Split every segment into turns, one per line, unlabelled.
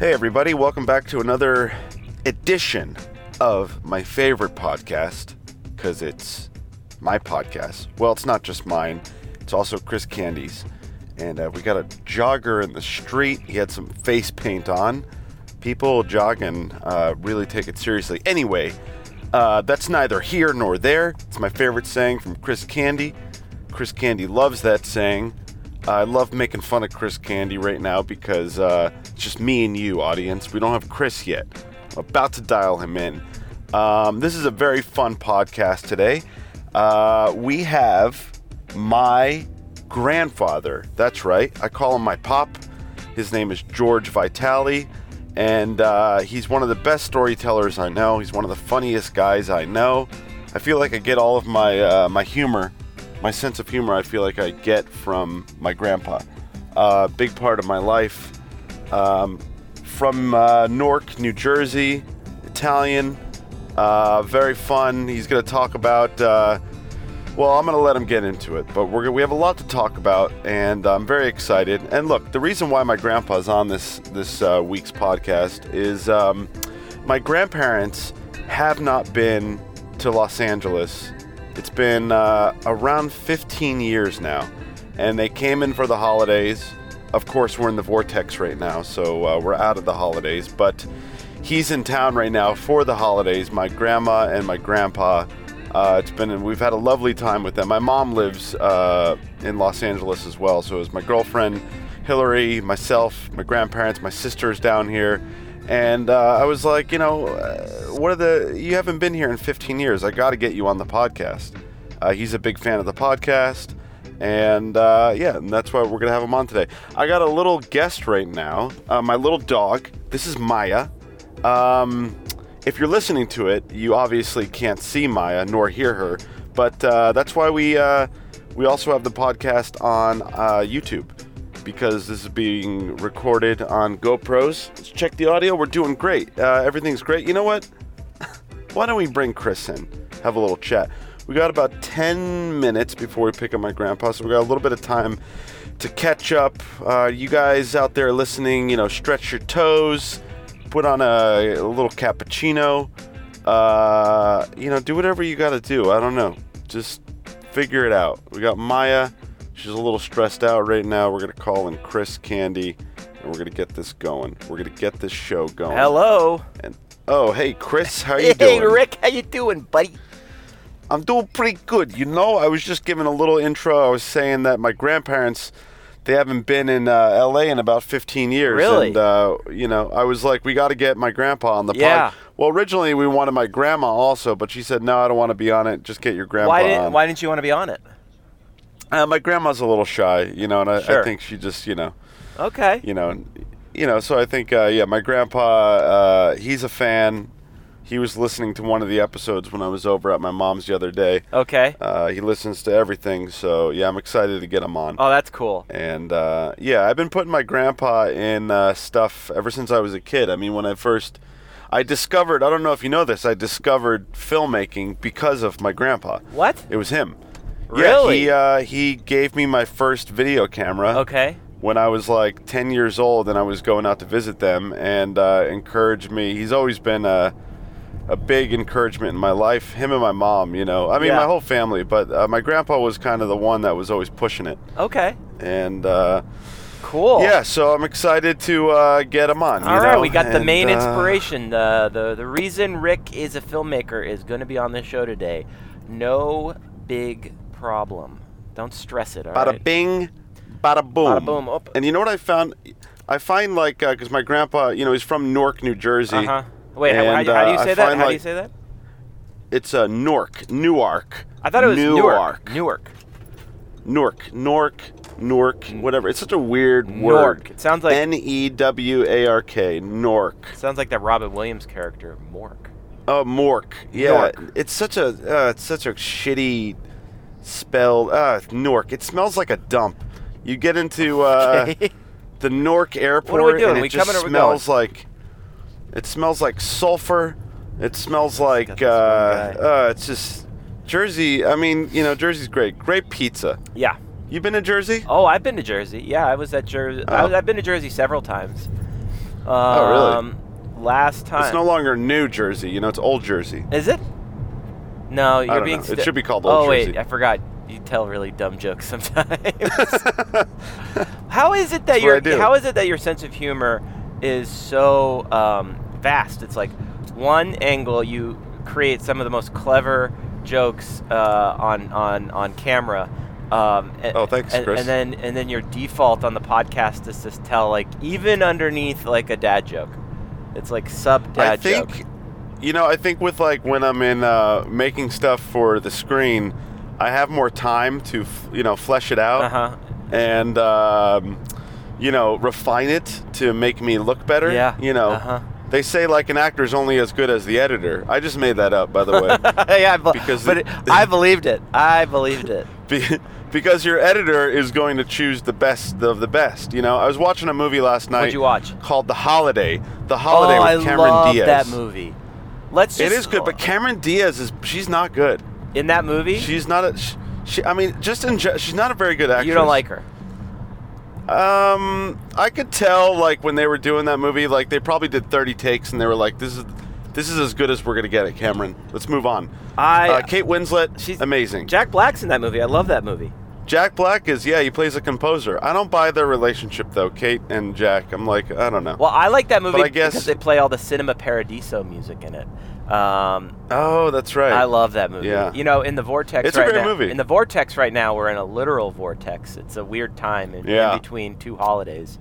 everybody. Welcome back to another edition of my favorite podcast because it's my podcast. Well, it's not just mine, it's also Chris Candy's. And uh, we got a jogger in the street. He had some face paint on. People jogging uh, really take it seriously. Anyway, uh, that's neither here nor there. It's my favorite saying from Chris Candy. Chris Candy loves that saying. I love making fun of Chris Candy right now because uh, it's just me and you, audience. We don't have Chris yet. I'm about to dial him in. Um, this is a very fun podcast today. Uh, we have my grandfather. That's right. I call him my pop. His name is George Vitale, and uh, he's one of the best storytellers I know. He's one of the funniest guys I know. I feel like I get all of my uh, my humor my sense of humor I feel like I get from my grandpa. Uh, big part of my life. Um, from uh, Newark, New Jersey, Italian. Uh, very fun. He's going to talk about. Uh, well, I'm going to let him get into it, but we're, gonna- we have a lot to talk about, and I'm very excited. And look, the reason why my grandpa's on this this uh, week's podcast is um, my grandparents have not been to Los Angeles. It's been uh, around 15 years now, and they came in for the holidays. Of course, we're in the vortex right now, so uh, we're out of the holidays, but he's in town right now for the holidays. My grandma and my grandpa. Uh, it's been we've had a lovely time with them. My mom lives uh, in Los Angeles as well, so it was my girlfriend Hillary, myself, my grandparents, my sisters down here, and uh, I was like, you know, uh, what are the you haven't been here in 15 years? I got to get you on the podcast. Uh, he's a big fan of the podcast. And uh, yeah, and that's why we're gonna have him on today. I got a little guest right now. Uh, my little dog. This is Maya. Um, if you're listening to it, you obviously can't see Maya nor hear her, but uh, that's why we uh, we also have the podcast on uh, YouTube because this is being recorded on GoPros. Let's check the audio. We're doing great. Uh, everything's great. You know what? Why don't we bring Chris in? Have a little chat. We got about 10 minutes before we pick up my grandpa, so we got a little bit of time to catch up. Uh, you guys out there listening, you know, stretch your toes, put on a, a little cappuccino, uh, you know, do whatever you got to do. I don't know. Just figure it out. We got Maya. She's a little stressed out right now. We're going to call in Chris Candy, and we're going to get this going. We're going to get this show going.
Hello.
And, oh, hey, Chris, how you
Hey,
doing?
Rick, how you doing, buddy?
I'm doing pretty good. You know, I was just giving a little intro. I was saying that my grandparents, they haven't been in uh, LA in about 15 years.
Really?
And, uh, you know, I was like, we got to get my grandpa on the
Yeah.
pod. Well, originally we wanted my grandma also, but she said, no, I don't want to be on it. Just get your grandpa
Why
on.
didn't Why didn't you want to be on it?
Uh, my grandma's a little shy, you know, and I, I
Sure.
think she just, you know,
Okay.
you know, and- you know. So I think, uh, yeah, my grandpa, uh, he's a fan. He was listening to one of the episodes when I was over at my mom's the other day.
Okay.
Uh, he listens to everything, so yeah, I'm excited to get him on.
Oh, that's cool.
And uh, yeah, I've been putting my grandpa in uh, stuff ever since I was a kid. I mean, when I first, I discovered—I don't know if you know this—I discovered filmmaking because of my grandpa.
What?
It was him.
Really?
Yeah, he uh, he gave me my first video camera
Okay.
when I was like 10 years old and I was going out to visit them and uh, encouraged me. He's always been a, a big encouragement in my life, him and my mom, you know. I mean,
Yeah.
my whole family, but uh, my grandpa was kind of the one that was always pushing it.
Okay.
And uh,
Cool.
yeah, so I'm excited to uh, get him on. you
All right,
know,
we got the
and,
main
uh,
inspiration. Uh, the the reason Rick is a filmmaker is going to be on this show today. No big problem. Don't stress it. All right.
Bada bing, bada boom.
Bada boom, Oh, up.
And you know what I found? I find like, because my grandpa, you know, he's from Newark, New Jersey.
Uh huh. Wait, how, how,
And,
do- how do you
uh, I
say that?
find,
How do
like-
you say that?
It's uh, Newark, Newark.
I thought it was
Newark.
Newark. Newark.
Newark, Newark, Newark, whatever. It's such a weird
Newark.
word.
Mm. It sounds like-
N E W A R K, Newark.
Sounds like that Robin Williams character, Mork.
Oh, Mork. Yeah,
Newark.
it's such a uh, it's such a shitty spelled uh, Newark. It smells like a dump. You get into uh, the Newark airport,
doing?
and it
We
just
coming or we
smells like it smells like sulfur. It smells like uh,
this one
uh, it's just Jersey. I mean, you know, Jersey's great. Great pizza.
Yeah.
You been to Jersey?
Oh, I've been to Jersey. Yeah, I was at Jersey.
Oh.
I've been to Jersey several times. Um,
really?
Last time.
It's no longer New Jersey. You know, it's Old Jersey.
Is it? No, you're
don't
being.
know. It
sti-
should be called
Oh
Old
wait,
Jersey.
I forgot. You tell really dumb jokes sometimes. how is it
what
that
I
your
do.
How is it that your sense of humor is so um, vast? It's like one angle you create some of the most clever jokes uh, on on on camera. Um, and,
Oh, thanks,
and,
Chris.
And then and then your default on the podcast is to tell like even underneath like a dad joke. It's like sub dad
I think,
joke.
you know, I think with like when I'm in uh, making stuff for the screen, I have more time to, f- you know, flesh it out
Uh huh.
and, um, you know, refine it to make me look better.
Yeah.
You know,
Uh-huh.
they say like an actor is only as good as the editor. I just made that up, by the way.
yeah, I bel-
Because
but
it-
it- I believed it. I believed it.
Be- because your editor is going to choose the best of the best. You know, I was watching a movie last night.
What'd you watch?
Called The Holiday. The Holiday
oh,
with
I
Cameron
love
Diaz.
that movie. Let's.
It
just-
is good, but Cameron Diaz is she's not good.
in that movie,
She's not a. She, she, I mean, just in. ge- She's not a very good actress.
you don't like her.
Um, I could tell like when they were doing that movie, like they probably did 30 takes, and they were like, "This is, this is as good as we're gonna get it, Cameron. Let's move on."
I-
uh, Kate Winslet,
She's-
she's amazing.
Jack Black's in that movie. I love that movie.
Jack Black is yeah, he plays a composer. I don't buy their relationship though, Kate and Jack. I'm like, I don't know.
Well, I like that movie
I guess-
because they play all the Cinema Paradiso music in it. Um,
oh, that's right.
I love that movie.
Yeah.
You know, in the vortex
It's a
right
great
now.
movie.
In the vortex right now, we're in a literal vortex. It's a weird time in, in
Yeah.
between two holidays.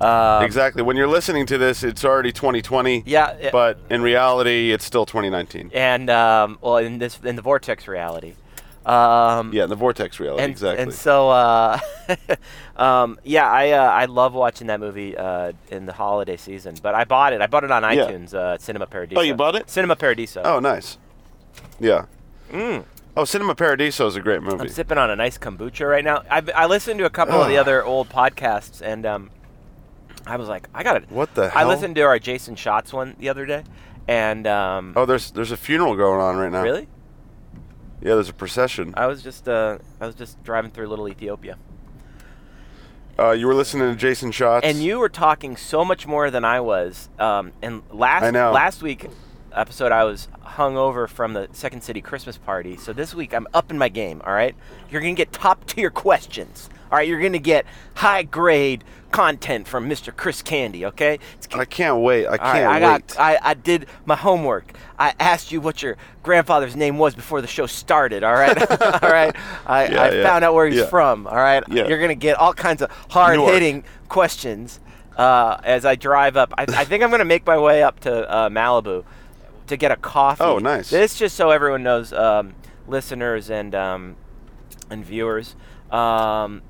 Um,
exactly. When you're listening to this, it's already 2020.
Yeah. it-
But in reality, it's still 2019.
and um, well, in this in the vortex reality. Um,
Yeah, in the vortex reality.
and,
exactly.
And so, uh, um, yeah, I uh, I love watching that movie uh, in the holiday season. But I bought it. I bought it on
Yeah.
iTunes. Uh, Cinema Paradiso.
Oh, you bought it?
Cinema Paradiso.
Oh, nice. Yeah.
Mm.
Oh, Cinema Paradiso is a great movie.
I'm sipping on a nice kombucha right now. I I listened to a couple of the
Ugh.
other old podcasts, and um, I was like, I got to
What the
I
hell?
listened to our Jason Schatz one the other day, and um,
oh, there's there's a funeral going on right now.
really,
Yeah, there's a procession.
I was just uh, I was just driving through Little Ethiopia.
Uh, you were listening to Jason Schatz.
And you were talking so much more than I was. Um, and last
I know.
last week episode, I was hung over from the Second City Christmas party. So this week, I'm up in my game. All right, you're gonna get top tier questions. All right, you're gonna get high grade content from Mr. Chris Candy. Okay, it's
I can't wait. I
all right,
can't
I got.
wait.
I, I did my homework. I asked you what your grandfather's name was before the show started. All right, all right. I,
Yeah,
I
yeah,
found out where he's
yeah.
from. All right,
Yeah.
you're gonna get all kinds of hard hitting questions uh, as I drive up. I, I think I'm gonna make my way up to uh, Malibu to get a coffee.
Oh, nice.
This just so everyone knows, um, listeners and um, and viewers. Um,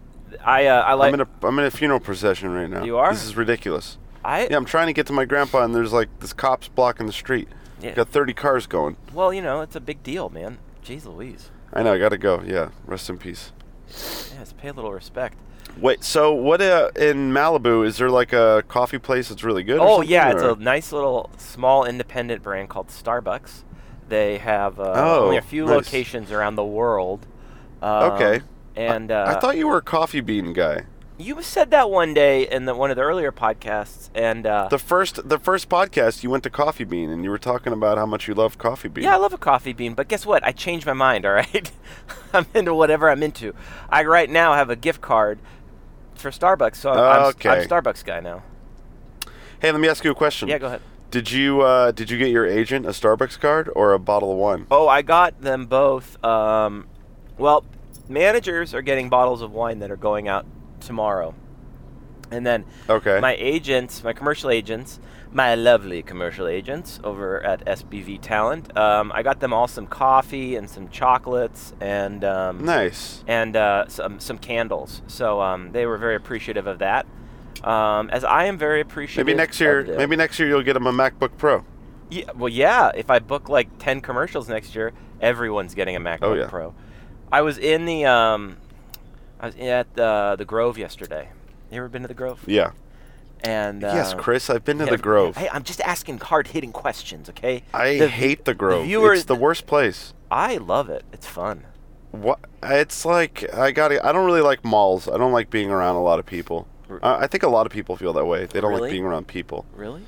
I uh, I like
I'm in a I'm in a funeral procession right now.
You are?
This is ridiculous.
I
Yeah, I'm trying to get to my grandpa, and there's like this cops blocking the street.
Yeah.
Got 30 cars going.
well, you know, it's a big deal, man. Jeez Louise.
I know. I gotta go. Yeah. Rest in peace.
Yes, pay a little respect.
Wait. So what uh, in Malibu is there like a coffee place that's really good? or
Oh
something,
yeah, it's
or-
a nice little small independent brand called Starbucks. They have uh,
Oh,
only a few
nice.
locations around the world. Um,
Okay.
And uh,
I thought you were a coffee bean guy.
you said that one day in the, one of the earlier podcasts, and uh,
The first the first podcast you went to Coffee Bean and you were talking about how much you love Coffee Bean.
Yeah, I love a coffee bean, but guess what? I changed my mind, all right? I'm into whatever I'm into. I right now have a gift card for Starbucks, so I'm, I'm- I'm
Okay.
Starbucks guy now.
Hey, let me ask you a question.
Yeah, go ahead.
Did you uh, did you get your agent a Starbucks card or a bottle of wine?
Oh, I got them both. Um, well, managers are getting bottles of wine that are going out tomorrow. And then
Okay.
my agents, my commercial agents, my lovely commercial agents over at SBV Talent, um, I got them all some coffee and some chocolates and um,
nice.
and uh, some some candles. So um, they were very appreciative of that. Um, as I am very appreciative.
Maybe next year.
of them.
Maybe next year you'll get him a MacBook Pro.
Yeah, well, yeah. If I book like ten commercials next year, everyone's getting a MacBook
Oh, yeah.
Pro. I was in the um, I was at the the Grove yesterday. You ever been to the Grove?
Yeah.
And uh,
yes, Chris. I've been to
yeah,
the Grove.
Hey, I'm just asking hard hitting questions, okay?
I
The-
hate the Grove.
viewer-
it's the worst place.
I love it. It's fun.
What? It's like I got. to I don't really like malls. I don't like being around a lot of people. Uh, I think a lot of people feel that way. They don't like
Really?
being around people.
Really?
Mm.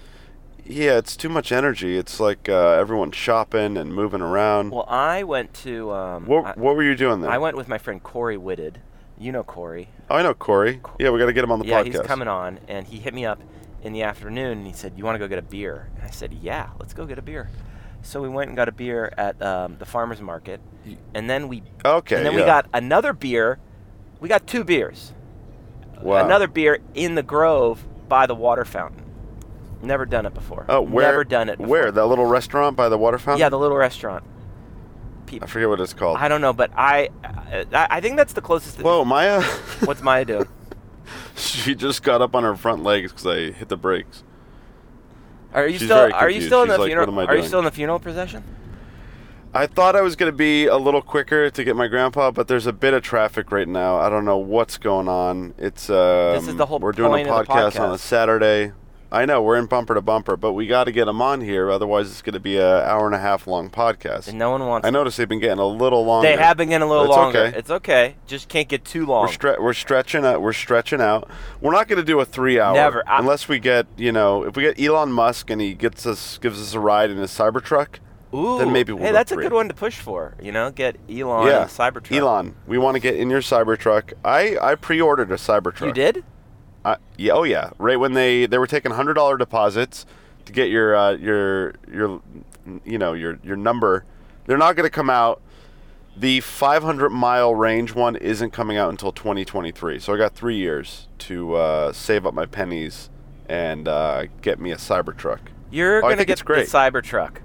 Yeah, it's too much energy. It's like uh, everyone's shopping and moving around.
Well, I went to. Um,
what
I,
What were you doing there?
I went with my friend Corey Whitted. You know Corey.
Oh, I know Corey. Yeah, we got to get him on the
yeah,
podcast.
he's coming on, and he hit me up in the afternoon, and he said, "You want to go get a beer?" And I said, "Yeah, let's go get a beer." So we went and got a beer at um, the farmers market,
Y-
and then we
Okay.
and then we
yeah.
got another beer. We got two beers.
Wow.
Another beer in the Grove by the water fountain. Never done it before.
Oh, where?
Never done it. Before.
Where? That little restaurant by the uh, water fountain.
yeah, the little restaurant.
I forget what it's called.
I don't know, but I, I, I think that's the closest. that-
Whoa, Maya!
What's Maya doing?
she just got up on her front legs because I hit the brakes.
Are you
She's
still
very
Are you
confused.
still in
She's
the
like,
funeral?
"What am I
are you
doing?"
still in the funeral procession?
I thought I was gonna be a little quicker to get my grandpa, but there's a bit of traffic right now. I don't know what's going on. It's uh,
This is the whole
we're doing
point
a
of the
podcast on
podcast.
a Saturday. I know we're in bumper to bumper, but we got to get him on here, otherwise it's gonna be a hour and a half long podcast.
And no one wants.
I noticed they've been getting a little longer.
They have been getting a little
It's
longer.
okay.
It's okay. Just can't get too long.
We're, stre- we're stretching out. We're stretching out. We're not going to do a three-hour.
Never. I-
unless we get, you know, if we get Elon Musk and he gets us, gives us a ride in his Cybertruck.
Ooh,
then maybe we'll
hey,
go
that's a
three.
good one to push for. You know, get Elon
yeah.
and Cybertruck.
Elon, we want to get in your Cybertruck. I I pre-ordered a Cybertruck.
you did?
I, yeah. Oh yeah. Right when they they were taking hundred dollar deposits to get your uh, your your you know your your number. They're not going to come out. The 500 mile range one isn't coming out until 2023. So I got three years to uh, save up my pennies and uh, get me a Cybertruck.
You're
Oh, I
gonna
think
get
it's great.
the Cybertruck.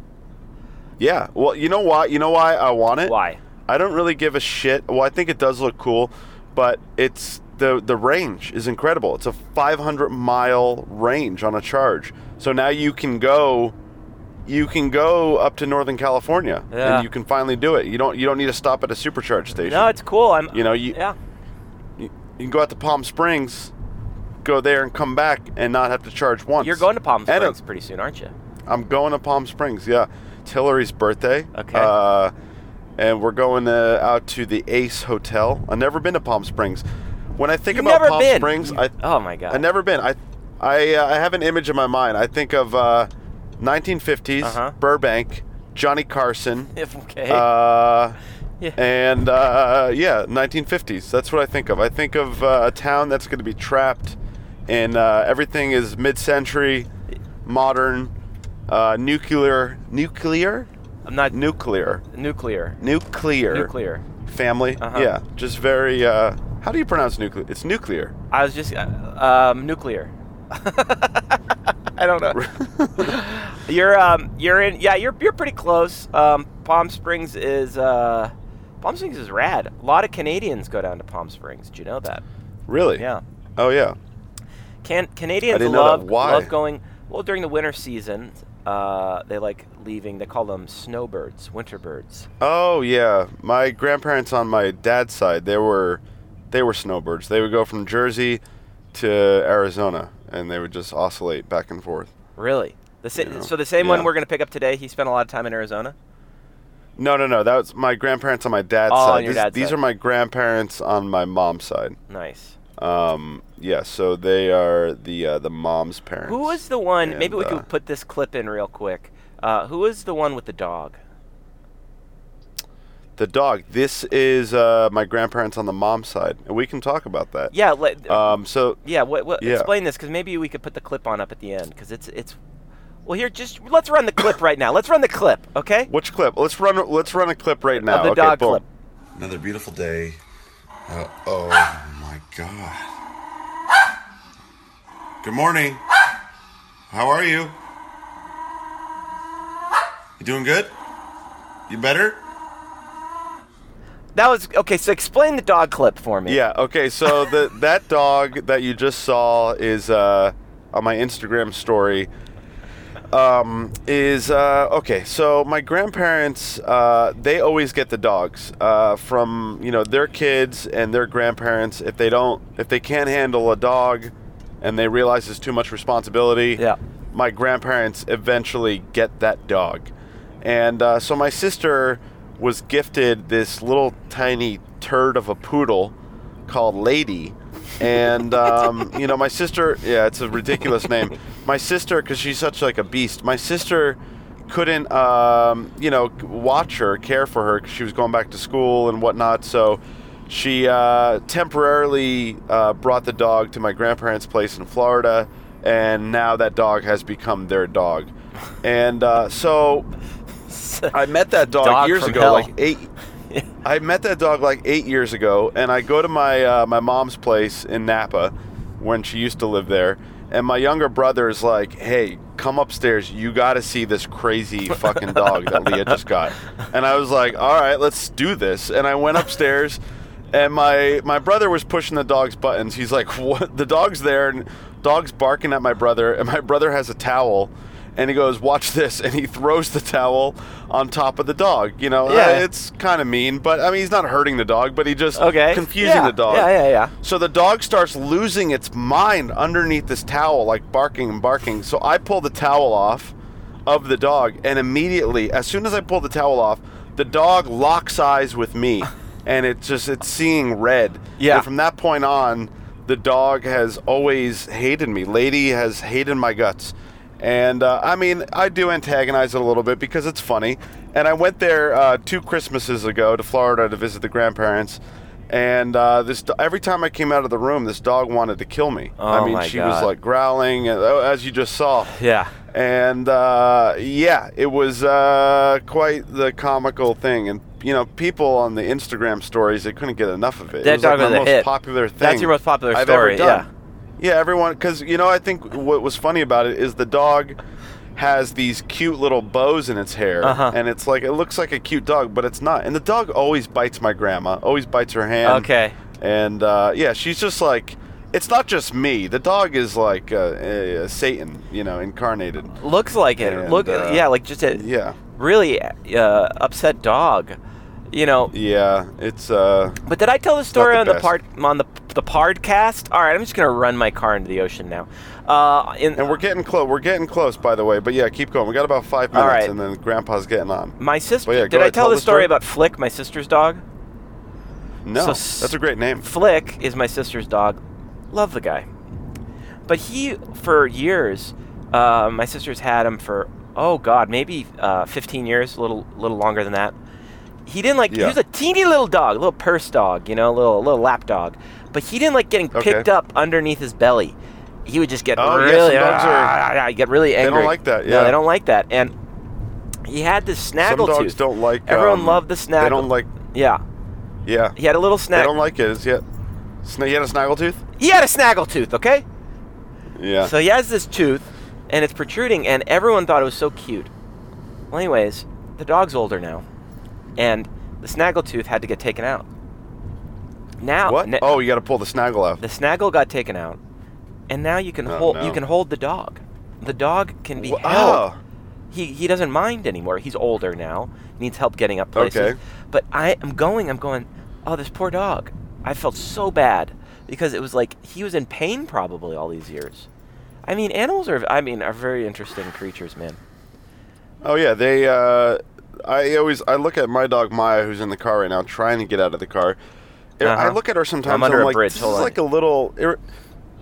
Yeah. Well, you know why? You know why I want it?
Why?
I don't really give a shit. Well, I think it does look cool, but it's the the range is incredible. It's a 500 mile range on a charge. So now you can go you can go up to Northern California
Yeah.
and you can finally do it. You don't you don't need to stop at a supercharge station.
No, it's cool. I'm.
you know, you
yeah.
you can go out to Palm Springs, go there and come back and not have to charge once.
You're going to Palm
And it-
Springs pretty soon, aren't you?
I'm going to Palm Springs. Yeah, it's Hillary's birthday.
Okay.
Uh, and we're going uh out to the Ace Hotel. I've never been to Palm Springs. When I think
You've
about
never
Palm
been.
Springs,
You-
I
oh my god.
I never been. I I uh, I have an image in my mind. I think of uh, 1950s
Uh-huh.
Burbank, Johnny Carson.
If okay.
Uh,
Yeah.
And uh, yeah, 1950s. That's what I think of. I think of uh, a town that's going to be trapped in uh, everything is mid-century, modern, uh, nuclear, nuclear,
I'm not
nuclear,
nuclear.
nuclear,
Nuclear.
family.
Uh-huh.
Yeah, just very. Uh, how do you pronounce nuclear? It's nuclear.
I was just uh, um, nuclear. I don't know. you're um, you're in yeah you're you're pretty close. Um, Palm Springs is uh, Palm Springs is rad. A lot of Canadians go down to Palm Springs. Did you know that?
really?
Yeah.
Oh yeah.
Can Canadians
I didn't know
love
that. Why?
love going well during the winter season. Uh, they like leaving. They call them snowbirds, winter birds.
Oh yeah, my grandparents on my dad's side, they were they were snowbirds. They would go from Jersey to Arizona and they would just oscillate back and forth.
Really? The sa-
Yeah.
so the same
Yeah.
one we're gonna pick up today. He spent a lot of time in Arizona.
No, no, no. That was my grandparents on my dad's
Oh, on
side.
your
These,
dad's
these
side.
are my grandparents on my mom's side.
Nice.
Um, yeah, so they are the uh, the mom's parents.
Who was the one? maybe we
And, uh,
could put this clip in real quick. Uh, who was the one with the dog?
the dog? This is uh, my grandparents on the mom's side, and we can talk about that.
Yeah, let,
Um, so
yeah. What, what,
yeah.
Explain this, because maybe we could put the clip on up at the end, because it's it's. Well, here, just let's run the clip right now. Let's run the clip, okay?
which clip? Let's run. Let's run a clip right now.
Of the
okay,
dog
boom.
clip.
Another beautiful day. Uh, oh my god. Good morning. How are you? You doing good? You better?
That was okay. So explain the dog clip for me.
Yeah. Okay. So the that dog that you just saw is uh, on my Instagram story. Um, is uh, okay. So my grandparents, uh, they always get the dogs uh, from you know their kids and their grandparents. If they don't, if they can't handle a dog, and they realize it's too much responsibility,
Yeah.
my grandparents eventually get that dog. And uh, so my sister was gifted this little tiny turd of a poodle called Lady and um, you know my sister yeah it's a ridiculous name my sister because she's such like a beast my sister couldn't um, you know watch her care for her 'cause she was going back to school and whatnot so she uh, temporarily uh, brought the dog to my grandparents place in florida and now that dog has become their dog and uh, so i met that dog,
Dog
years
from
ago
hell.
like eight I met that dog like eight years ago, and I go to my uh, my mom's place in Napa when she used to live there. And my younger brother is like, "Hey, come upstairs. You got to see this crazy fucking dog that Leah just got." And I was like, "All right, let's do this." And I went upstairs, and my my brother was pushing the dog's buttons. He's like, "What? The dog's there, and dog's barking at my brother." And my brother has a towel. And he goes, watch this, and he throws the towel on top of the dog. You know,
Yeah.
Uh, it's it's kind of mean, but I mean, he's not hurting the dog, but he just
Okay.
confusing
Yeah,
the dog.
yeah, yeah, yeah.
So the dog starts losing its mind underneath this towel, like barking and barking. So I pull the towel off of the dog, and immediately, as soon as I pull the towel off, the dog locks eyes with me, and it's just it's seeing red.
Yeah.
And from that point on, the dog has always hated me. Lady has hated my guts. And uh, I mean, I do antagonize it a little bit because it's funny. And I went there uh, two Christmases ago to Florida to visit the grandparents. And uh, this do- every time I came out of the room, this dog wanted to kill me. I
Oh,
mean,
my
she was
God.
like growling, uh, as you just saw.
Yeah.
And uh, yeah, it was uh, quite the comical thing. And you know, people on the Instagram stories they couldn't get enough of it. it
That
was like
dog was
my
a
most
hit.
popular thing.
That's your most popular
I've
story,
Ever done. Yeah, everyone. Because you know, I think what was funny about it is the dog has these cute little bows in its hair,
Uh-huh.
and it's like it looks like a cute dog, but it's not. And the dog always bites my grandma. Always bites her hand.
Okay.
And uh, yeah, she's just like. It's not just me. The dog is like uh, uh, Satan, you know, incarnated.
Looks like it.
And,
Look,
uh,
yeah, like just a
Yeah,
really uh, upset dog. You know,
yeah, it's uh,
But did I tell the story
the
on the
best.
part on the the podcast? All right, I'm just gonna run my car into the ocean now. Uh, in,
and we're getting close. We're getting close, by the way. But yeah, keep going. We got about five
All
minutes,
right.
and then Grandpa's getting on.
my sister.
Well, yeah, go
did I
ahead,
tell, the story, about Flick, my sister's dog?
No,
So s-
that's a great name.
Flick is my sister's dog. Love the guy, but he for years, uh, my sister's had him for oh god, maybe uh, 15 years, a little little longer than that. He didn't like. He
Yeah.
was a teeny little dog, a little purse dog, you know, a little little lap dog. But he didn't like getting
Okay.
picked up underneath his belly. He would just get
Oh, yeah, some
really,
dogs are-
ah, ah, ah, get really
don't
angry.
like that,
No,
yeah.
they don't like that. And he had this
Some
snaggletooth.
dogs don't like.
Everyone
um,
loved the snaggle.
They don't like.
Yeah,
Yeah,
he had a little
they
snag.
don't like it. Is it? Sna- you had a snaggletooth?
He had a snaggletooth. Okay.
Yeah.
So he has this tooth, and it's protruding, and everyone thought it was so cute. Well, anyways, the dog's older now, and the snaggletooth had to get taken out. Now,
what?
na-
oh, you got to pull the snaggle out.
the snaggle got taken out, and now you can
Oh,
hold
no.
you can hold the dog. The dog can be
Wha-
held.
oh.
He he doesn't mind anymore. He's older now. Needs help getting up places.
Okay.
But I am going. I'm going. Oh, this poor dog. I felt so bad because it was like he was in pain probably all these years. I mean, animals are. I mean, are very interesting creatures, man.
Oh yeah, they. Uh, I always I look at my dog Maya, who's in the car right now, trying to get out of the car. I- I
Uh-huh.
look at her sometimes.
I'm under
and
a
like,
bridge,
This
hold
is
on.
like a little. It,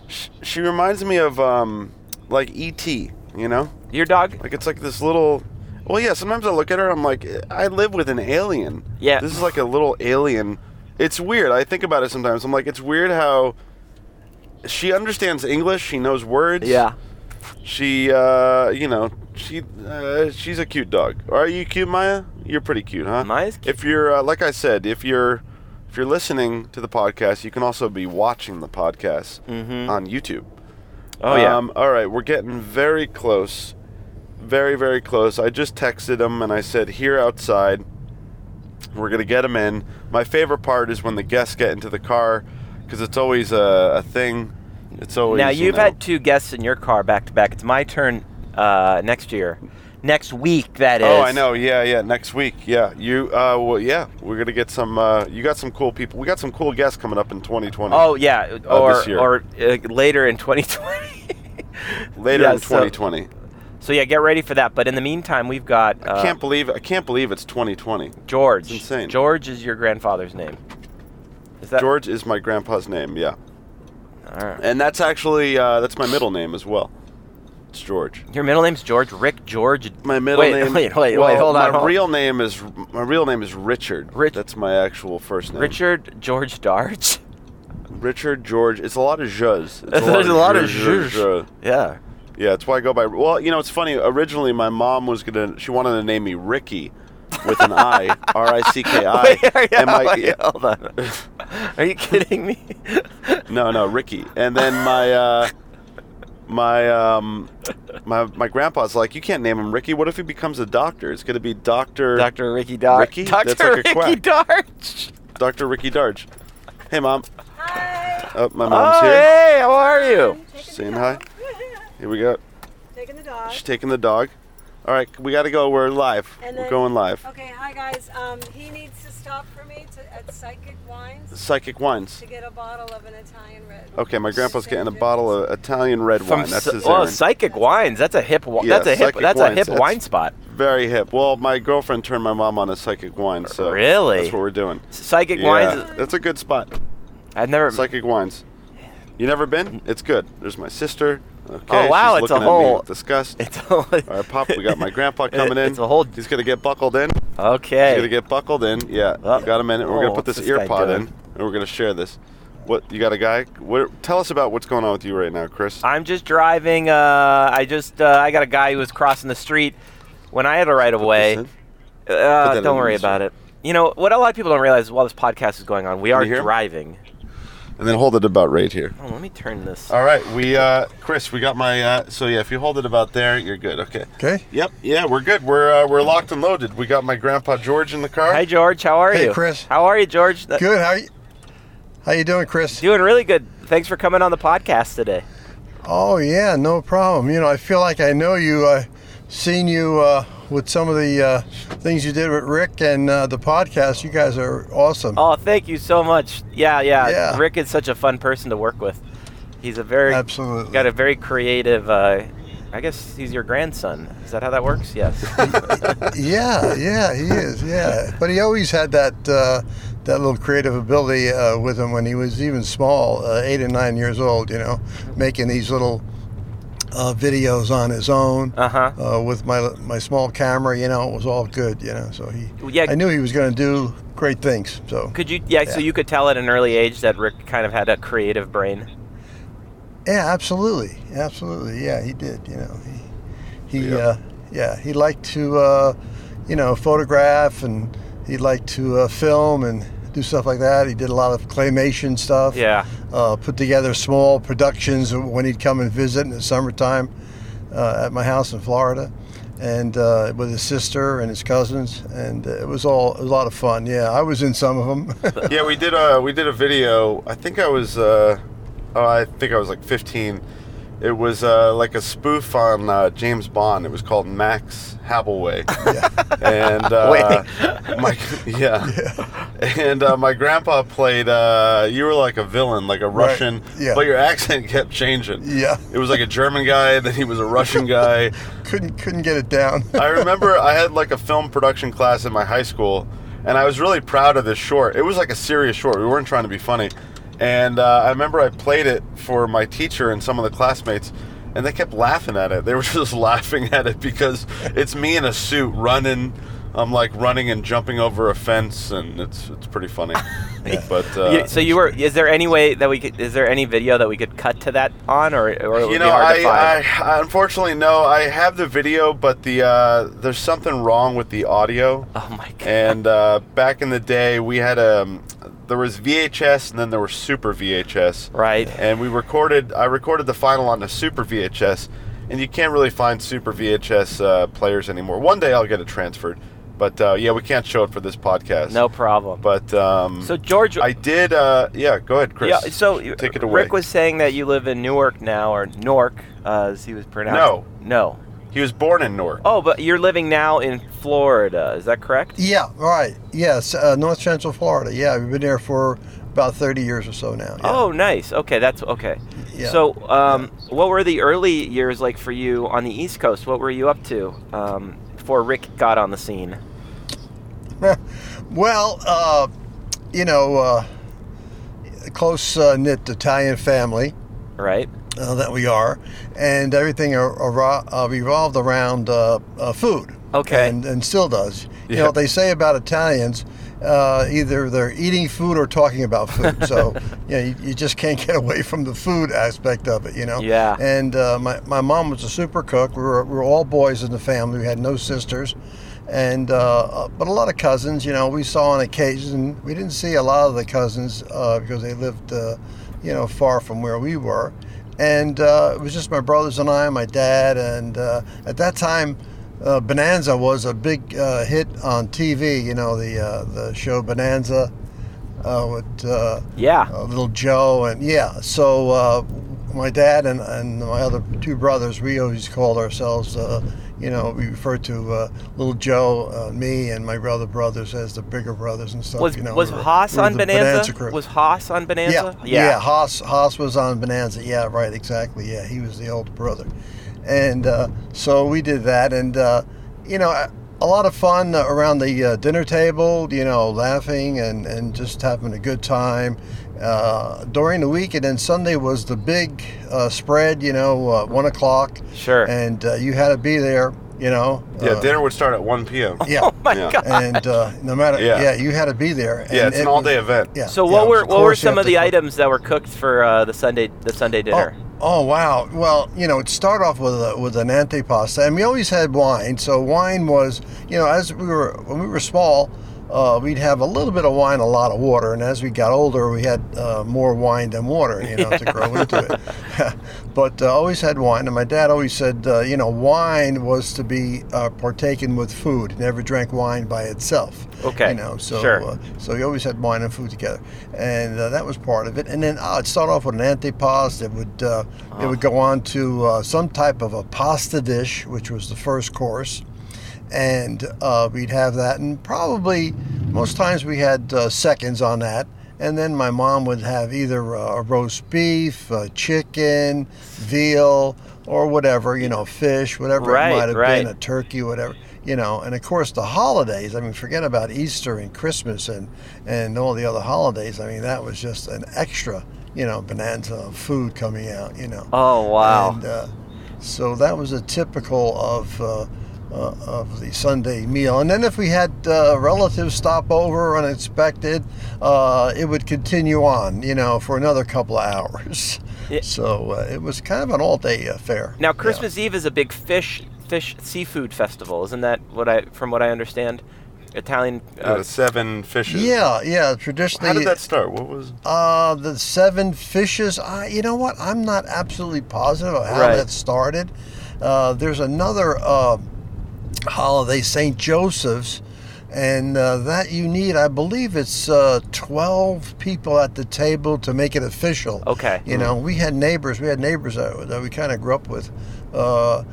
sh- she reminds me of um, like ET. You know,
Your dog?
like it's like this little. Well, yeah. Sometimes I look at her. I'm like, I live with an alien.
Yeah.
This is like a little alien. It's weird. I think about it sometimes. I'm like, it's weird how she understands English. She knows words. She, uh, you know, she uh, she's a cute dog. Are you cute, Maya? You're pretty cute, huh?
Maya's cute.
If you're, uh, like I said, if you're if you're listening to the podcast, you can also be watching the podcast on YouTube.
Mm-hmm. Oh yeah.
Um, all right, we're getting very close, very very close. I just texted him and I said, "Here outside, we're gonna get him in." My favorite part is when the guests get into the car because it's always a, a thing. It's always
now
you
you've
know-
had two guests in your car back to back. It's my turn uh, next year, next week. That is.
Oh, I know. Yeah, yeah. Next week. Yeah, you. Uh, well, yeah. We're gonna get some. Uh, you got some cool people. We got some cool guests coming up in 2020.
Oh yeah,
Uh,
or
this year.
or uh, later in 2020.
later
yeah,
in
so-
2020.
so yeah, get ready for that. But in the meantime, we've got uh,
I can't believe. I can't believe it's 2020.
George.
it's insane.
George is your grandfather's name. Is that
George is my grandpa's name. Yeah.
All right.
and that's actually uh, that's my middle name as well. It's George.
Your middle name's George. Rick George.
My middle
wait,
name.
Wait, wait,
well,
wait. Hold on.
My
hold-
real name is my real name is Richard.
Rich-
That's my actual first name.
Richard George Darge.
Richard George. It's a lot of zhuzh. It's
There's a lot of
zhuzh,
zhuzh.
zhuzh.
Yeah.
Yeah, that's why I go by. Well, you know, it's funny. Originally, my mom was gonna. She wanted to name me Ricky, with an I, R I C K I. E.
Wait, are you-
And my-
wait, hold on. Are you kidding me?
No, no, Ricky. And then my uh, my um, my my grandpa's like, you can't name him Ricky. What if he becomes a doctor? It's gonna be Doctor
Dr. Ricky Darge.
Ricky?
Dr.
That's like a
Ricky
quack.
Darge.
Doctor Ricky Darge. Hey, mom.
Hi.
Oh, my mom's
Oh,
here.
hey, how are you?
I'm taking the
Saying hi.
dog.
Here we go.
taking the dog.
She's taking the dog. All right, we gotta go. We're live.
And
We're
then-
going live.
Okay, hi guys. Um, he needs to stop for me to, at Psychic Wines
Psychic wines.
to get a bottle of an Italian red.
Okay, my grandpa's getting a bottle of Italian red wine. That's
Psy-
his
oh,
errand.
Psychic Wines. That's a hip. wi-
Yeah,
that's a hip.
Psychic
That's a
Wines.
hip
That's-
wine spot.
Very hip. Well, my girlfriend turned my mom on to psychic wine, so
Really?
that's what we're doing.
Psychic
yeah,
Wines.
that's a good spot.
I've never.
Psychic wines. You never been? It's good. There's my sister. Okay.
Oh, wow,
she's
it's a
looking at me
whole-
with disgust.
It's a, all
All right, pop. We got my grandpa coming in.
It's a whole.
He's gonna get buckled in. He's gonna
Okay.
get buckled in. Yeah.
Oh.
we got a minute. We're
Oh,
gonna put
what's
this,
this
ear
guy
pod
doing?
in, and we're gonna share this. What you got a guy? What? Tell us about what's going on with you right now, Chris.
I'm just driving. Uh, I just. Uh, I got a guy who was crossing the street when I had a right of way.
Listen.
Uh,
in
don't
the
worry
street.
about it. You know what? A lot of people don't realize while this podcast is going on, we are
you hear him?
driving.
And then hold it about right here.
Oh, let me turn this.
All right, we uh, Chris, we got my uh, so yeah. If you hold it about there, you're good. Okay.
Okay.
Yep. Yeah, we're good. We're uh, we're locked and loaded. We got my grandpa George in the car.
Hi, George. How are
Hey,
you?
Chris.
How are you, George? Th-
Good. How you, how you doing, Chris?
Doing really good. Thanks for coming on the podcast today.
Oh yeah, no problem. You know, I feel like I know you. I've seen you uh, with some of the uh, things you did with Rick and uh, the podcast. You guys are awesome.
Oh, thank you so much. Yeah, yeah.
Yeah.
Rick is such a fun person to work with. He's a very
Absolutely.
got a very creative. Uh, I guess he's your grandson. Is that how that works? Yes.
Yeah, yeah, he is. Yeah, but he always had that uh, that little creative ability uh, with him when he was even small, uh, eight and nine years old. You know, making these little uh, videos on his own.
uh huh.
uh, with my my small camera. You know, it was all good. You know, so he.
Yeah.
I knew he was going to do great things. So.
Could you? Yeah, So
Yeah.
you could tell at an early age that Rick kind of had a creative brain.
Yeah, absolutely, absolutely. Yeah, he did. You know, he he
Yeah.
yeah, uh, yeah he liked to uh, you know photograph and he liked to uh, film and do stuff like that. He did a lot of claymation stuff.
Yeah.
uh, put together small productions when he'd come and visit in the summertime uh, at my house in Florida, and uh, with his sister and his cousins, and uh, it was all it was a lot of fun. Yeah, I was in some of them.
Yeah, we did a we did a video. I think I was uh, oh, I think I was like 15. It was uh, like a spoof on uh, James Bond. It was called Max Habelway. And uh, my yeah. And uh, my grandpa played. Uh, you were like a villain, like a Russian.
yeah.
But your accent kept changing.
yeah,
It was like a German guy, then he was a Russian guy.
couldn't couldn't get it down.
I remember I had like a film production class in my high school, and I was really proud of this short. It was like a serious short. We weren't trying to be funny. And uh, I remember I played it for my teacher and some of the classmates, and they kept laughing at it. They were just laughing at it because it's me in a suit running. I'm like running and jumping over a fence, and it's it's pretty funny. But uh,
You- so you were. Is there any way that we could? Is there any video that we could cut to that on, or, or it would
you
be
know,
hard to find?
I, I unfortunately no. I have the video, but the uh, there's something wrong with the audio.
oh my god.
And uh, back in the day, we had um, there was VHS and then there was Super VHS.
Right.
And we recorded. I recorded the final on a Super VHS, and you can't really find Super VHS uh, players anymore. One day I'll get it transferred, but uh, yeah, we can't show it for this podcast.
No problem.
But um,
so George,
I did. Uh, yeah, go ahead, Chris.
yeah. So
take it away.
Rick was saying that you live in Newark now, or Newark, uh, as he was pronounced.
No.
No.
he was born in Newark.
Oh, but you're living now in Florida. Is that correct?
Yeah, right. Yes, uh, North Central Florida. Yeah, we've been there for about 30 years or so now. yeah.
Oh, nice. Okay, that's okay.
Yeah.
So, um, what were the early years like for you on the East Coast? What were you up to um, before Rick got on the scene?
Well, uh, you know, uh, close uh, knit Italian family
right?
uh, that we are, and everything ar- ar- uh, revolved around uh, uh, food.
Okay.
And, and still does. You
Yeah.
know what they say about Italians? Uh, either they're eating food or talking about food. So you, know, you, you just can't get away from the food aspect of it. You know.
Yeah.
And uh, my, my mom was a super cook. We were, we were all boys in the family. We had no sisters, and uh, but a lot of cousins. You know, we saw on occasion. We didn't see a lot of the cousins uh, because they lived, uh, you know, far from where we were. And uh, it was just my brothers and I, my dad, and uh, at that time, uh, Bonanza was a big uh, hit on TV. You know, the uh, the show Bonanza uh, with. Uh,
Yeah.
uh, little Joe, and yeah. So uh, my dad and, and my other two brothers, we always called ourselves, uh, you know, we referred to uh, little Joe, uh, me, and my brother brothers as the bigger brothers and stuff.
was
Oh, you know,
was
we were-
Haas
we were
on
the
Bonanza?
crew.
Was Haas on Bonanza?
Yeah, yeah. Haas Haas was on Bonanza. Yeah, right. Exactly. Yeah, he was the older brother, and uh, so we did that, and uh, you know, a- a lot of fun around the uh, dinner table. You know, laughing and and just having a good time. Uh, during the week, and then Sunday was the big uh, spread. You know, uh, one o'clock,
Sure.
and uh, you had to be there. You know,
Yeah,
uh,
dinner would start at 1 p.m.
Yeah,
Oh my
Yeah.
god.
and uh, no matter,
Yeah.
yeah. you had to be there. And
yeah, it's an
it
all
was-
day event.
Yeah.
So
yeah,
what
of
were what were
course you
some of
have to
the
cook.
items that were cooked for uh, the Sunday the Sunday dinner?
Oh, oh, wow! Well, you know, it started off with a, with an antipasta, and we always had wine. So wine was, you know, as we were when we were small, uh, we'd have a little bit of wine, a lot of water, and as we got older, we had uh, more wine than water, you know, to grow into it. but uh, always had wine, and my dad always said, uh, you know, wine was to be uh, partaken with food. Never drank wine by itself.
Okay,
You know, so
sure.
uh, so we always had wine and food together, and uh, that was part of it. And then uh, it started off with an antipasto. It would uh, it would go on to uh, some type of a pasta dish, which was the first course, and uh, we'd have that. And probably most times we had uh, seconds on that. And then my mom would have either uh, a roast beef, uh, chicken, veal, or whatever you know, fish, whatever
Right,
it might have
right.
been, a turkey, whatever, you know. And of course, the holidays. I mean, forget about Easter and Christmas and and all the other holidays. I mean, that was just an extra, you know, bonanza of food coming out, you know.
Oh wow.
And, uh, so that was a typical of. Uh, uh, of the Sunday meal, and then if we had uh, relatives stop over unexpected, uh, it would continue on, you know, for another couple of hours.
Yeah.
So uh, it was kind of an all-day affair.
now
Yeah.
Christmas Eve is a big fish fish seafood festival, isn't that what I from what I understand? Italian
Out
uh,
of seven fishes.
Yeah, yeah. Traditionally,
How did that start? What was.
uh, the seven fishes. I, you know what? I'm not absolutely positive of how
Right.
that started. Uh, there's another uh, holiday, St. Joseph's, and uh, that you need, I believe, it's uh, 12 people at the table to make it official.
Okay.
You know, we had neighbors. We had neighbors that, that we kind of grew up with, uh,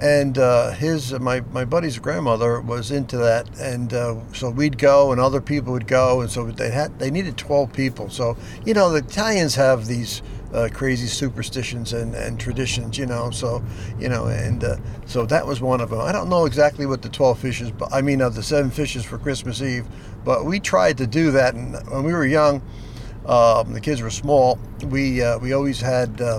and uh, his my my buddy's grandmother was into that, and uh, so we'd go, and other people would go, and so they had they needed twelve people. So you know, the Italians have these. Uh, crazy superstitions and, and traditions, you know. So, you know, and uh, so that was one of them. I don't know exactly what the twelve fishes, but I mean, uh, the seven fishes for Christmas Eve. But we tried to do that, and when we were young, um, the kids were small. We uh, we always had uh,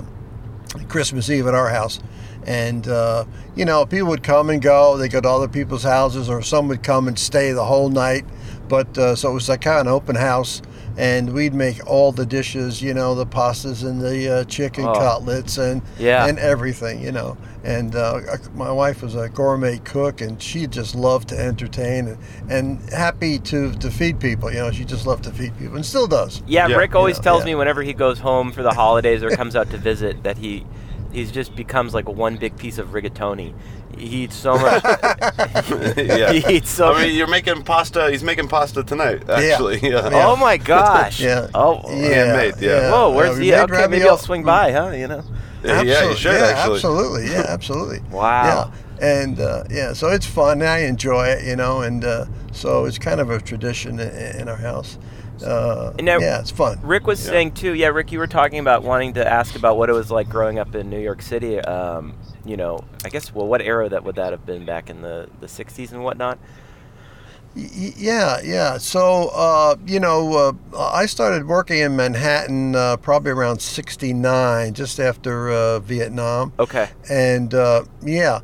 Christmas Eve at our house, and uh, you know people would come and go. They go to other people's houses, or some would come and stay the whole night. But uh, so it was like kind of an open house, and we'd make all the dishes. You know the pastas and the uh, chicken
Oh.
cutlets and
Yeah.
and everything. You know, and uh, my wife was a gourmet cook, and she just loved to entertain and, and happy to to feed people. You know, she just loved to feed people, and still does.
Yeah,
Yeah,
Rick always
yeah,
tells
yeah.
me whenever he goes home for the holidays or comes out to visit that he he's just becomes like one big piece of rigatoni. He eats so much.
yeah.
He eats so
I mean, you're making pasta. He's making pasta tonight, actually. Yeah.
Oh my gosh.
Yeah.
Oh.
Handmade, yeah.
Whoa, where's
we
the
made
okay? Maybe
ravioli-
I'll swing by, huh? You know.
Yeah, yeah, you
Absolute-
should,
yeah,
actually.
Absolutely, yeah, absolutely.
Wow.
Yeah, and uh, yeah, so it's fun. I enjoy it, you know, and uh, so it's kind of a tradition in, in our house. Uh,
And now-
yeah, it's fun.
Rick was
Yeah.
saying too. Yeah, Rick, you were talking about wanting to ask about what it was like growing up in New York City. Um, you know, I guess well, what era that would that have been back in the the '60s and whatnot?
Y- y- Yeah, yeah. So, uh, you know, uh, I started working in Manhattan uh, probably around 69, just after uh, Vietnam.
Okay.
And uh, yeah,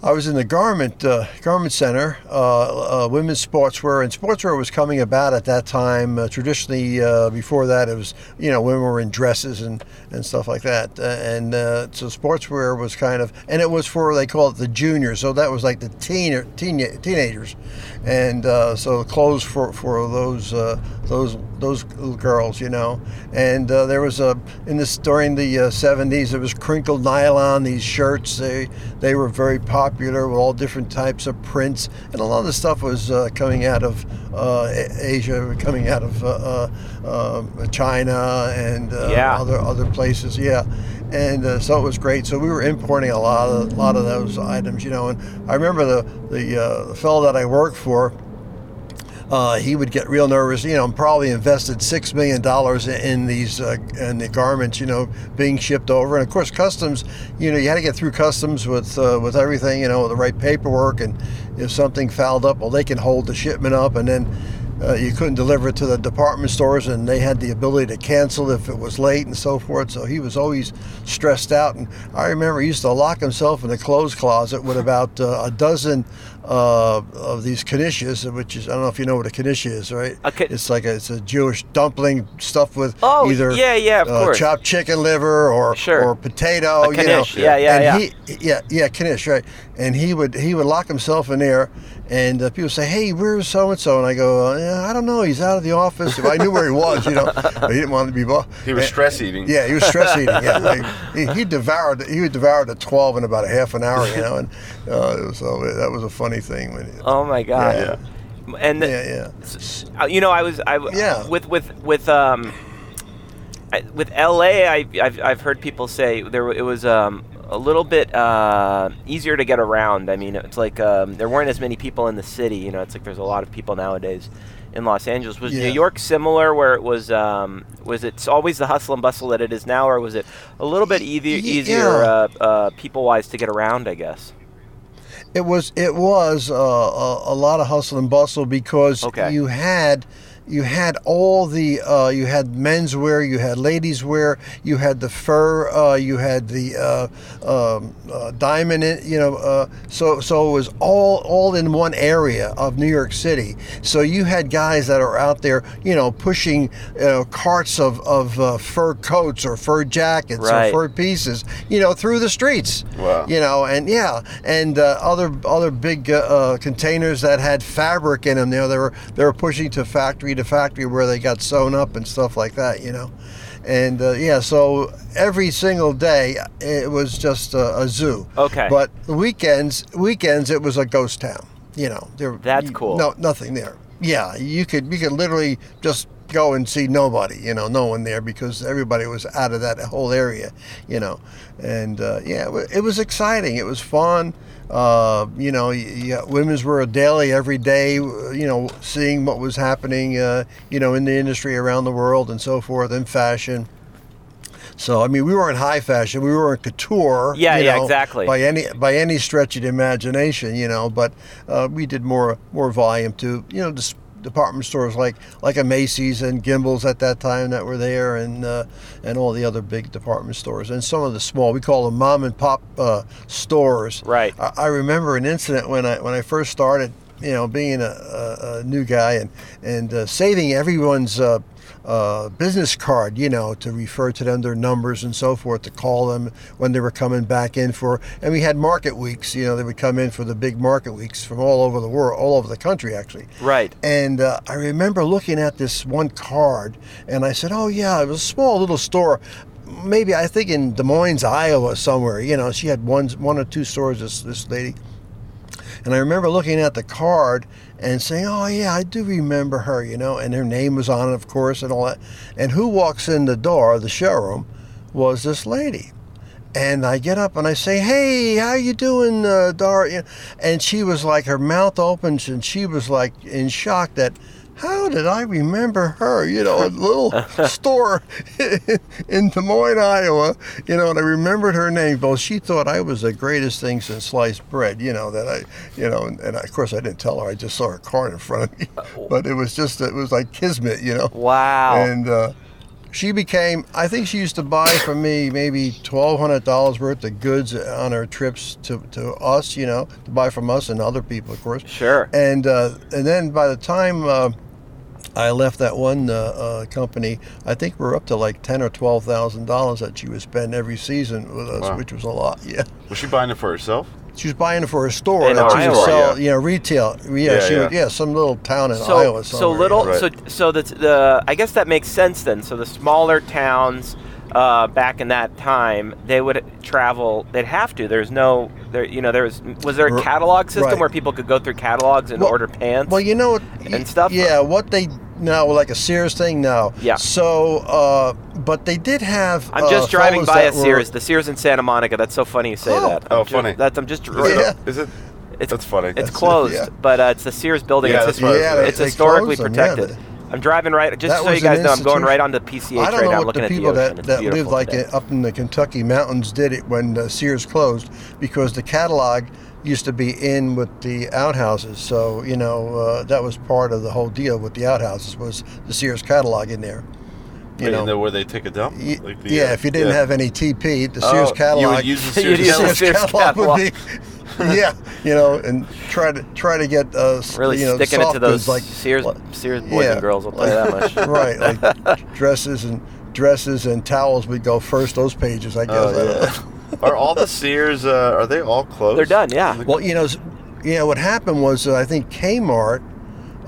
I was in the garment uh, garment center, uh, uh, women's sportswear, and sportswear was coming about at that time. Uh, traditionally, uh, before that, it was you know women were in dresses and, and stuff like that, uh, and uh, so sportswear was kind of, and it was for they call it the juniors, so that was like the teen, teen teenagers, and uh, so clothes for for those uh, those those little girls, you know, and uh, there was a in this during the uh, 70s it was crinkled nylon these shirts they they were very popular with all different types of prints and a lot of the stuff was uh, coming out of uh, A- Asia coming out of uh, uh, uh, China and uh,
Yeah.
other other places yeah and uh, so it was great so we were importing a lot of a lot of those items you know and I remember the the, uh, the fellow that I worked for uh, he would get real nervous, you know, and probably invested six million dollars in these uh, in the garments, you know, being shipped over. And of course, customs, you know, you had to get through customs with uh, with everything, you know, the right paperwork, and if something fouled up, well, they can hold the shipment up, and then. Uh, you couldn't deliver it to the department stores, and they had the ability to cancel if it was late and so forth. So he was always stressed out. And I remember he used to lock himself in the clothes closet with about uh, a dozen uh, of these knishes, which is I don't know if you know what a knish is, right?
A kn-
it's like a, it's a Jewish dumpling stuffed with
Oh,
either
yeah, yeah, of
uh,
course.
chopped chicken liver or
Sure.
or potato.
A
you know.
knish, yeah, yeah,
and
yeah.
He, yeah, yeah, Kanish, right? And he would he would lock himself in there, and uh, people say, "Hey, where's so and so?" And I go, uh, yeah, "I don't know. He's out of the office. If I knew where he was, you know, but he didn't want to be bothered."
He was stress eating.
Yeah, he was stress eating. Yeah, Like, he, he devoured he would devour the twelve in about a half an hour, you know, and uh, so that was a funny thing. When,
Uh,
Oh my god.
Yeah.
And
yeah, yeah.
Uh, you know, I was I w-
Yeah.
with with with um I, with LA. I, I've I've heard people say there w- it was um a little bit uh, easier to get around. I mean, it's like um, there weren't as many people in the city. You know, it's like there's a lot of people nowadays in Los Angeles. Was
Yeah.
New York similar, where it was um, was it always the hustle and bustle that it is now, or was it a little bit easier
Y-
easier uh, uh, people wise to get around? I guess.
It was it was uh, a, a lot of hustle and bustle because
Okay.
you had you had all the uh, you had menswear, you had ladies' wear, you had the fur, uh, you had the uh, um, uh, diamond, in, you know. Uh, so so it was all all in one area of New York City. So you had guys that are out there, you know, pushing you know, carts of of uh, fur coats or fur jackets
Right.
or fur pieces, you know, through the streets
Wow.
you know, and yeah, and uh, other other big uh, uh, containers that had fabric in them. You know, they were they were pushing to factory to factory where they got sewn up and stuff like that. You know, and uh, yeah, so every single day it was just a, a zoo.
Okay.
But weekends weekends it was a ghost town. You know, there
That's
you-
cool.
No, nothing there. Yeah, you could you could literally just go and see nobody. You know, no one there because everybody was out of that whole area. You know, and uh, yeah, it wa- it was exciting. It was fun. Uh, you know, y- yeah, women's were a daily every day. uh, You know, seeing what was happening. Uh, you know, in the industry around the world and so forth, in fashion. So I mean, we weren't high fashion. We weren't couture.
Yeah,
you
yeah,
know,
exactly.
By any by any stretch of the imagination, you know. But uh, we did more more volume to you know dis- department stores like like a Macy's and Gimbals at that time that were there, and uh, and all the other big department stores, and some of the small we call them mom and pop uh, stores.
Right.
I, I remember an incident when I when I first started, you know, being a, a, a new guy and and uh, saving everyone's uh, uh, business card, you know, to refer to them their numbers and so forth to call them when they were coming back in for. And we had market weeks, you know, they would come in for the big market weeks from all over the world, all over the country actually.
Right.
And uh, I remember looking at this one card, and I said, "Oh yeah, it was a small little store." Maybe I think in Des Moines, Iowa, somewhere. You know, she had one, one or two stores. This this lady, and I remember looking at the card and saying, "Oh yeah, I do remember her." You know, and her name was on it, of course, and all that. And who walks in the door of the showroom was this lady, and I get up and I say, "Hey, how you doing, uh, Dara?" You know, And she was like, her mouth opens, and she was like in shock that, "How did I remember her?" You know, a little store in Des Moines, Iowa. You know, and I remembered her name. Well, she thought I was the greatest thing since sliced bread. You know that I, you know, and, and of course I didn't tell her. I just saw her card in front of me, but it was just it was like kismet. You know.
Wow.
And uh, she became, I think she used to buy from me maybe $1,200 worth of goods on her trips to, to us, you know, to buy from us and other people, of course.
Sure.
And, uh, and then by the time uh, I left that one uh, uh, company, I think we're up to like ten or $12,000 that she would spend every season with us,
Wow.
which was a lot, yeah.
Was she buying it for herself?
She was buying it for a store
In
that she
Iowa,
would sell,
yeah.
you know, retail. Yeah,
Yeah,
she
yeah.
would, yeah, some little town in
so,
Iowa.
so
somewhere,
little,
yeah.
so so the, the I guess that makes sense then. So the smaller towns uh, back in that time, they would travel. They'd have to. There's no, there, you know, there was was there a
R-
catalog system
right.
where people could go through catalogs and
Well-
order pants?
Well, you know what?
and stuff?
Yeah, what they now like a Sears thing now.
Yeah.
So, uh, but they did have.
I'm
uh,
just driving
fellas
by a
that were-
Sears, the Sears in Santa Monica. That's so funny you say
Oh.
that.
Oh,
I'm ju-
funny.
That's I'm just
Right
Yeah.
up. Is it?
It's-
that's funny.
It's
That's it,
closed,
yeah.
but uh, it's the Sears building.
Yeah,
it's
that's
his-
what I was-
it's
they
historically
closed them, yeah,
protected.
but-
I'm driving right. Just
That
so you
was an
guys know, I'm going
institution.
right onto PCH
I don't
right
know
now,
what
looking
the
at the
people
ocean.
that,
It's
that
beautiful
lived like
today.
up in the Kentucky mountains did it when uh, Sears closed because the catalog used to be in with the outhouses. So you know uh, that was part of the whole deal with the outhouses was the Sears catalog in there. You
Wait,
know,
and then where they take a dump?
Y-
Like the,
yeah,
uh,
if you didn't
yeah.
have any TP, the Sears
Oh,
catalog.
you would use the
You'd
Sears
use the
catalog.
Sears
Sears
catalog
catalog.
would be, yeah, you know, and try to try to get uh, s-
Really
you know,
sticking it
soft
to those
goods like
Sears
like-
Sears boys
yeah,
and girls. I'll tell you that much.
right, like dresses and dresses and towels would go first. Those pages, I guess.
Oh,
I don't know.
are all the Sears? Uh, are they all closed?
They're done. Yeah.
Well, you know, s- you know what happened was uh, I think Kmart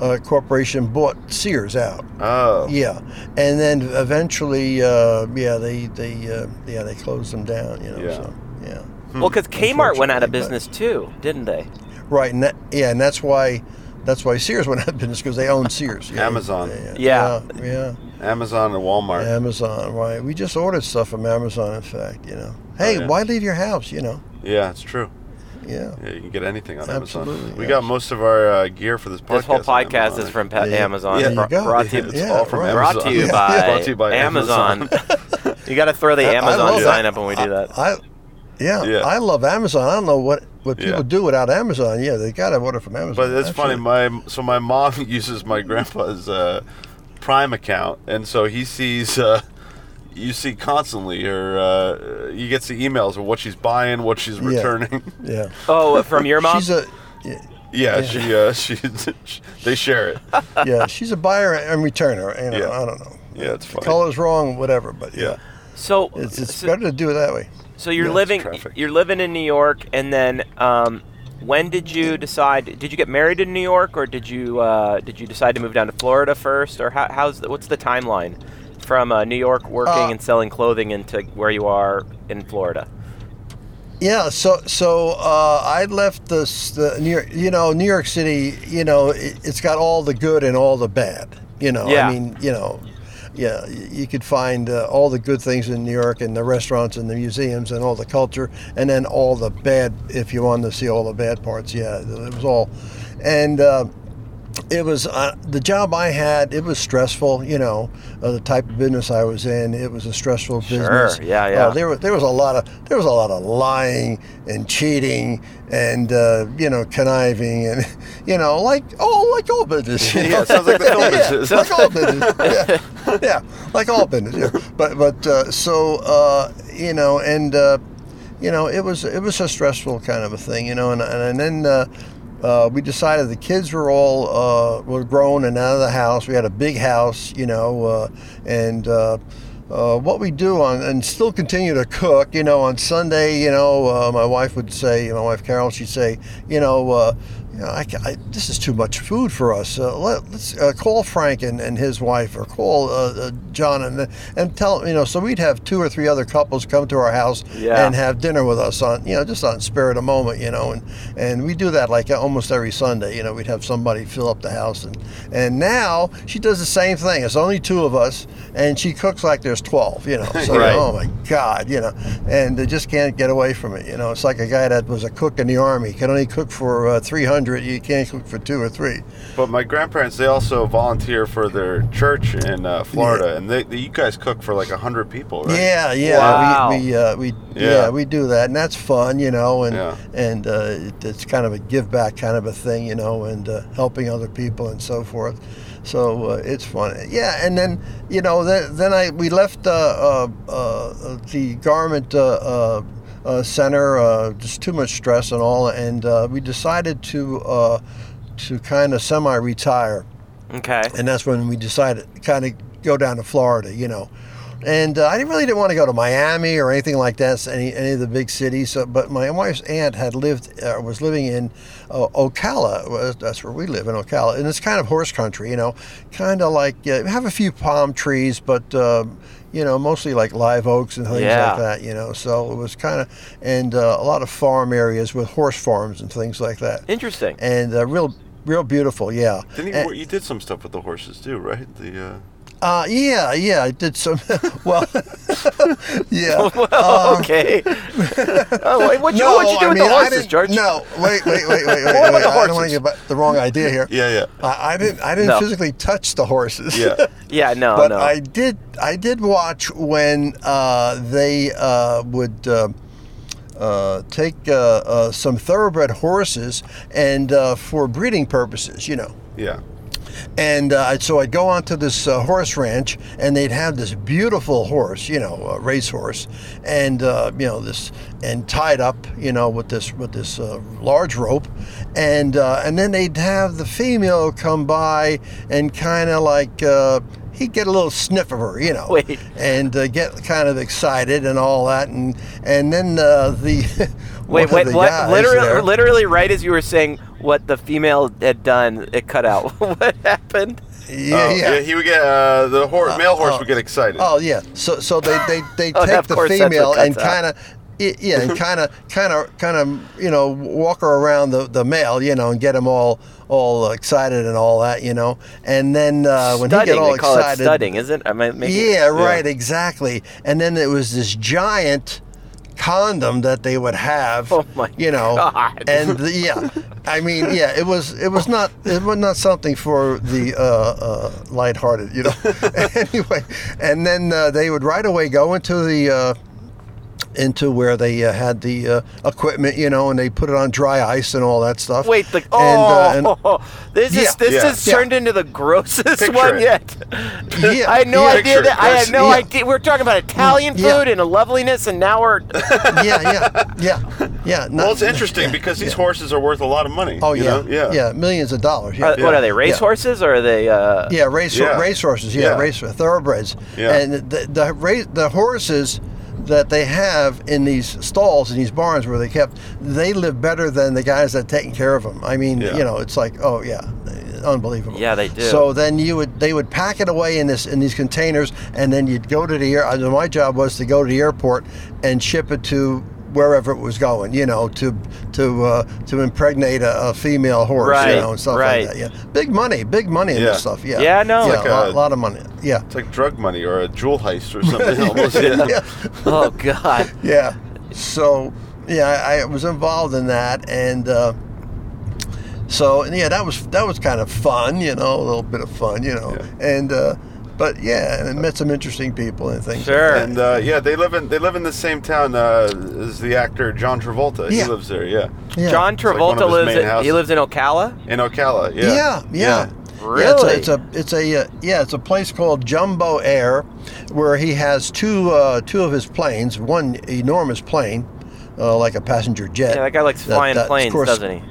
uh, Corporation bought Sears out.
Oh.
Yeah, and then eventually, uh, yeah, they they uh, yeah they closed them down. You know,
Yeah.
so yeah.
Well, because Kmart went out of
Unfortunately, but-
business too, didn't they?
Right, and that, yeah, and that's why that's why Sears went out of business because they own Sears. Yeah,
Amazon.
Yeah.
yeah,
Amazon and Walmart.
yeah. Amazon. Right, we just ordered stuff from Amazon. In fact, you know, hey,
Oh, yeah.
why leave your house? You know,
Yeah, it's true.
yeah.
Yeah, you can get anything on
Absolutely,
Amazon. We
yeah.
got most of our uh, gear for this podcast.
This whole
on
podcast
Amazon.
is from pa-
Yeah.
Amazon.
Yeah,
There you go.
brought to you,
It's
Yeah,
all from
right.
Amazon.
brought to you
Yeah.
by,
Brought to you by
Amazon. you got to throw the
I- I
Amazon
love
sign
that.
up when we do that.
I, yeah,
Yeah.
I love Amazon. I don't know what what people
Yeah.
do without Amazon. Yeah, they gotta order from Amazon.
But that's funny.
absolutely.
My so my mom uses my grandpa's uh, Prime account, and so he sees. Uh, you see constantly, or uh, he gets the emails of what she's buying, what she's returning.
Yeah,
Oh, from your mom?
she's a. Yeah,
Yeah, she, uh, she, they share it.
yeah, she's a buyer and returner. You know,
Yeah.
I don't know.
Yeah, it's funny.
Color's wrong, whatever. But yeah,
Yeah.
so,
it's, it's
so,
better to do it that way.
so you're
Yeah, it's
living
traffic.
you're living in New York, and then um, when did you decide? Did you get married in New York, or did you uh, did you decide to move down to Florida first, or how, how's the, what's the timeline from uh, New York working
Uh,
and selling clothing into where you are in Florida?
Yeah, so so uh, I left this the New York, you know New York City. You know, it, it's got all the good and all the bad. You know,
Yeah.
I mean, you know, yeah, y- you could find uh, all the good things in New York and the restaurants and the museums and all the culture, and then all the bad if you wanted to see all the bad parts. Yeah, it was all, and. Uh, it was uh, the job I had. It was stressful, you know, uh, the type of business I was in. It was a stressful business.
yeah,
Uh,
yeah.
there was there was a lot of there was a lot of lying and cheating and uh, you know conniving and you know like oh like all business. You know?
Yeah, it sounds like the film
yeah,
business.
like all business. Yeah, yeah, like all business. Yeah. But but uh, so uh, you know, and uh, you know, it was it was a stressful kind of a thing, you know, and and, and then. Uh, uh, we decided the kids were all uh, were grown and out of the house. We had a big house, you know, uh, and uh, uh, what we do on and still continue to cook, you know, on Sunday, you know, uh, my wife would say, my wife Carol, she'd say, you know, uh, you know, I, ca- I- this is too much food for us. Uh, let, let's uh, call Frank and, and his wife, or call uh, uh, John and and tell you know. So we'd have two or three other couples come to our house
Yeah.
and have dinner with us on you know just on spare of the moment, you know. And and we do that like almost every Sunday. You know, we'd have somebody fill up the house, and and now she does the same thing. It's only two of us, and she cooks like there's twelve. You know, so
Right.
oh my God, you know, and they just can't get away from it. You know, it's like a guy that was a cook in the army He can only cook for uh, 300. You can't cook for two or three.
But my grandparents, they also volunteer for their church in uh, Florida, and they, they, you guys cook for like hundred people, right?
Yeah, yeah,
Wow.
we we, uh, we yeah.
Yeah.
we do that, and that's fun, you know, and
Yeah.
and uh, it, it's kind of a give back kind of a thing, you know, and uh, helping other people and so forth. So uh, it's fun, yeah. And then you know, then, then I we left uh, uh, uh, the garment. Uh, uh, uh, center, uh, just too much stress and all, and uh, we decided to uh, to kind of semi-retire
Okay.
and that's when we decided to kind of go down to Florida, you know. And uh, I didn't- really didn't want to go to Miami or anything like that, so any any of the big cities. So, but my wife's aunt had lived, uh, was living in uh, Ocala. was- That's where we live in Ocala, and it's kind of horse country, you know, kind of like uh, have a few palm trees, but um, you know, mostly like live oaks and things
Yeah.
like that, you know. So it was kind of and uh, a lot of farm areas with horse farms and things like that,
Interesting.
and uh, real real beautiful, yeah.
Didn't
And-
you, you did some stuff with the horses too, right? The uh,
uh, yeah, yeah, I did some. Well, yeah.
well, okay. oh, wait, what you, what'd you do
um, I
with
mean,
the
I
horses,
didn't-
George?
No, wait, wait, wait, wait, wait. wait,
about the
I don't want to
horses?
get ba- the wrong idea here.
yeah, yeah,
I, I didn't. I didn't
No.
physically touch the horses.
yeah.
Yeah, no,
but
no.
I did. I did watch when uh, they uh, would. Uh, uh, take uh, uh, some thoroughbred horses and uh, for breeding purposes, you know.
yeah.
And uh, so I'd go onto this uh, horse ranch, and they'd have this beautiful horse, you know, a racehorse, and uh, you know this, and tied up, you know, with this with this uh, large rope, and uh, and then they'd have the female come by and kind of like. Uh, He'd get a little sniff of her, you know,
Wait.
and uh, get kind of excited and all that, and and then uh, the one
Wait,
of
wait,
the
what?
guys
Literally,
there-
literally, right as you were saying what the female had done, it cut out. what happened?
yeah,
Oh,
yeah,
He would get uh, the hor- male horse
oh.
would get excited.
Oh yeah. So so they they, they
Oh,
take
of
the
course that's what
female and
cuts out.
kind of. Yeah, and kind of, kind of, kind of, you know, walk her around the, the male, you know, and get him all, all excited and all that, you know, and then uh, when he
studding.
get all
they call
excited,
it studding, isn't? Am I making
yeah, right, exactly. And then it was this giant condom that they would have.
Oh, my
You know,
God.
and the, yeah, I mean, yeah, it was it was not it was not something for the uh, uh, lighthearted, you know. anyway, and then uh, they would right away go into the. Uh, into where they uh, had the uh, equipment, you know, and they put it on dry ice and all that stuff.
Wait, the
And, uh,
oh,
and-
this
Yeah.
is this
Yeah.
has turned into the grossest
Picture
one
it.
yet.
Yeah,
I had no
yeah.
idea
Picture it.
that I had
That's-
no
yeah.
idea. We're talking about Italian
Yeah.
food and a loveliness, and now we're
yeah, yeah, yeah, yeah.
well,
not-
it's interesting because these horses are worth a lot of money.
Oh
you
yeah,
know? yeah,
yeah, millions of dollars. Yeah.
uh, what are they
Yeah.
racehorses or are they? Uh,
Yeah, race
Yeah.
racehorses. Yeah,
Yeah.
race thoroughbreds.
Yeah.
And the the, race, the horses that they have in these stalls in these barns where they kept, they live better than the guys that taking care of them. I mean,
Yeah.
you know, it's like oh yeah, unbelievable.
Yeah, they do.
So then you would they would pack it away in this in these containers, and then you'd go to the air. I know my job was to go to the airport and ship it to. Wherever it was going, you know, to to uh, to impregnate a, a female horse,
Right,
you know, and stuff
right.
like that. Yeah, big money, big money in
Yeah.
this stuff. Yeah,
Yeah, I know.
yeah,
Like uh,
a, lot,
a-
lot of money. Yeah,
It's like drug money or a jewel heist or something. almost, yeah.
yeah,
Oh God.
yeah. So yeah, I, I was involved in that, and uh, so and yeah, that was that was kind of fun, you know, a little bit of fun, you know,
Yeah.
and uh, but yeah, and I met some interesting people and things.
Sure.
And uh, yeah, they live in they live in the same town uh, as the actor John Travolta.
Yeah.
He lives there. Yeah,
Yeah.
John
like one of
Travolta
his
lives.
main
In, he
houses.
lives in Ocala.
in Ocala. Yeah,
Yeah, yeah.
Really?
Yeah, it's a it's a, it's a uh, yeah, it's a place called Jumbo Air, where he has two uh, two of his planes, one enormous plane, uh, like a passenger jet.
Yeah, that guy likes
that-
flying
that, of
planes,
course, uh,
doesn't he?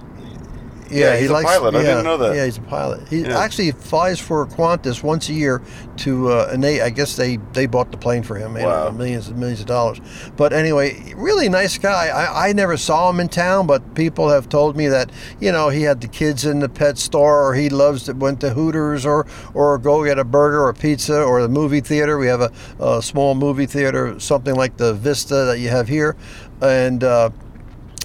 Yeah,
Yeah,
he's
he
a
likes,
pilot. I
yeah,
didn't know that.
Yeah, he's a pilot. He
Yeah.
actually flies for Qantas once a year to, uh, and they, I guess they, they bought the plane for him, man,
Wow.
millions and millions of dollars. But anyway, really nice guy. I, I never saw him in town, but people have told me that you know he had the kids in the pet store, or he loves to went to Hooters, or or go get a burger or pizza, or the movie theater. We have a, a small movie theater, something like the Vista that you have here, and. Uh,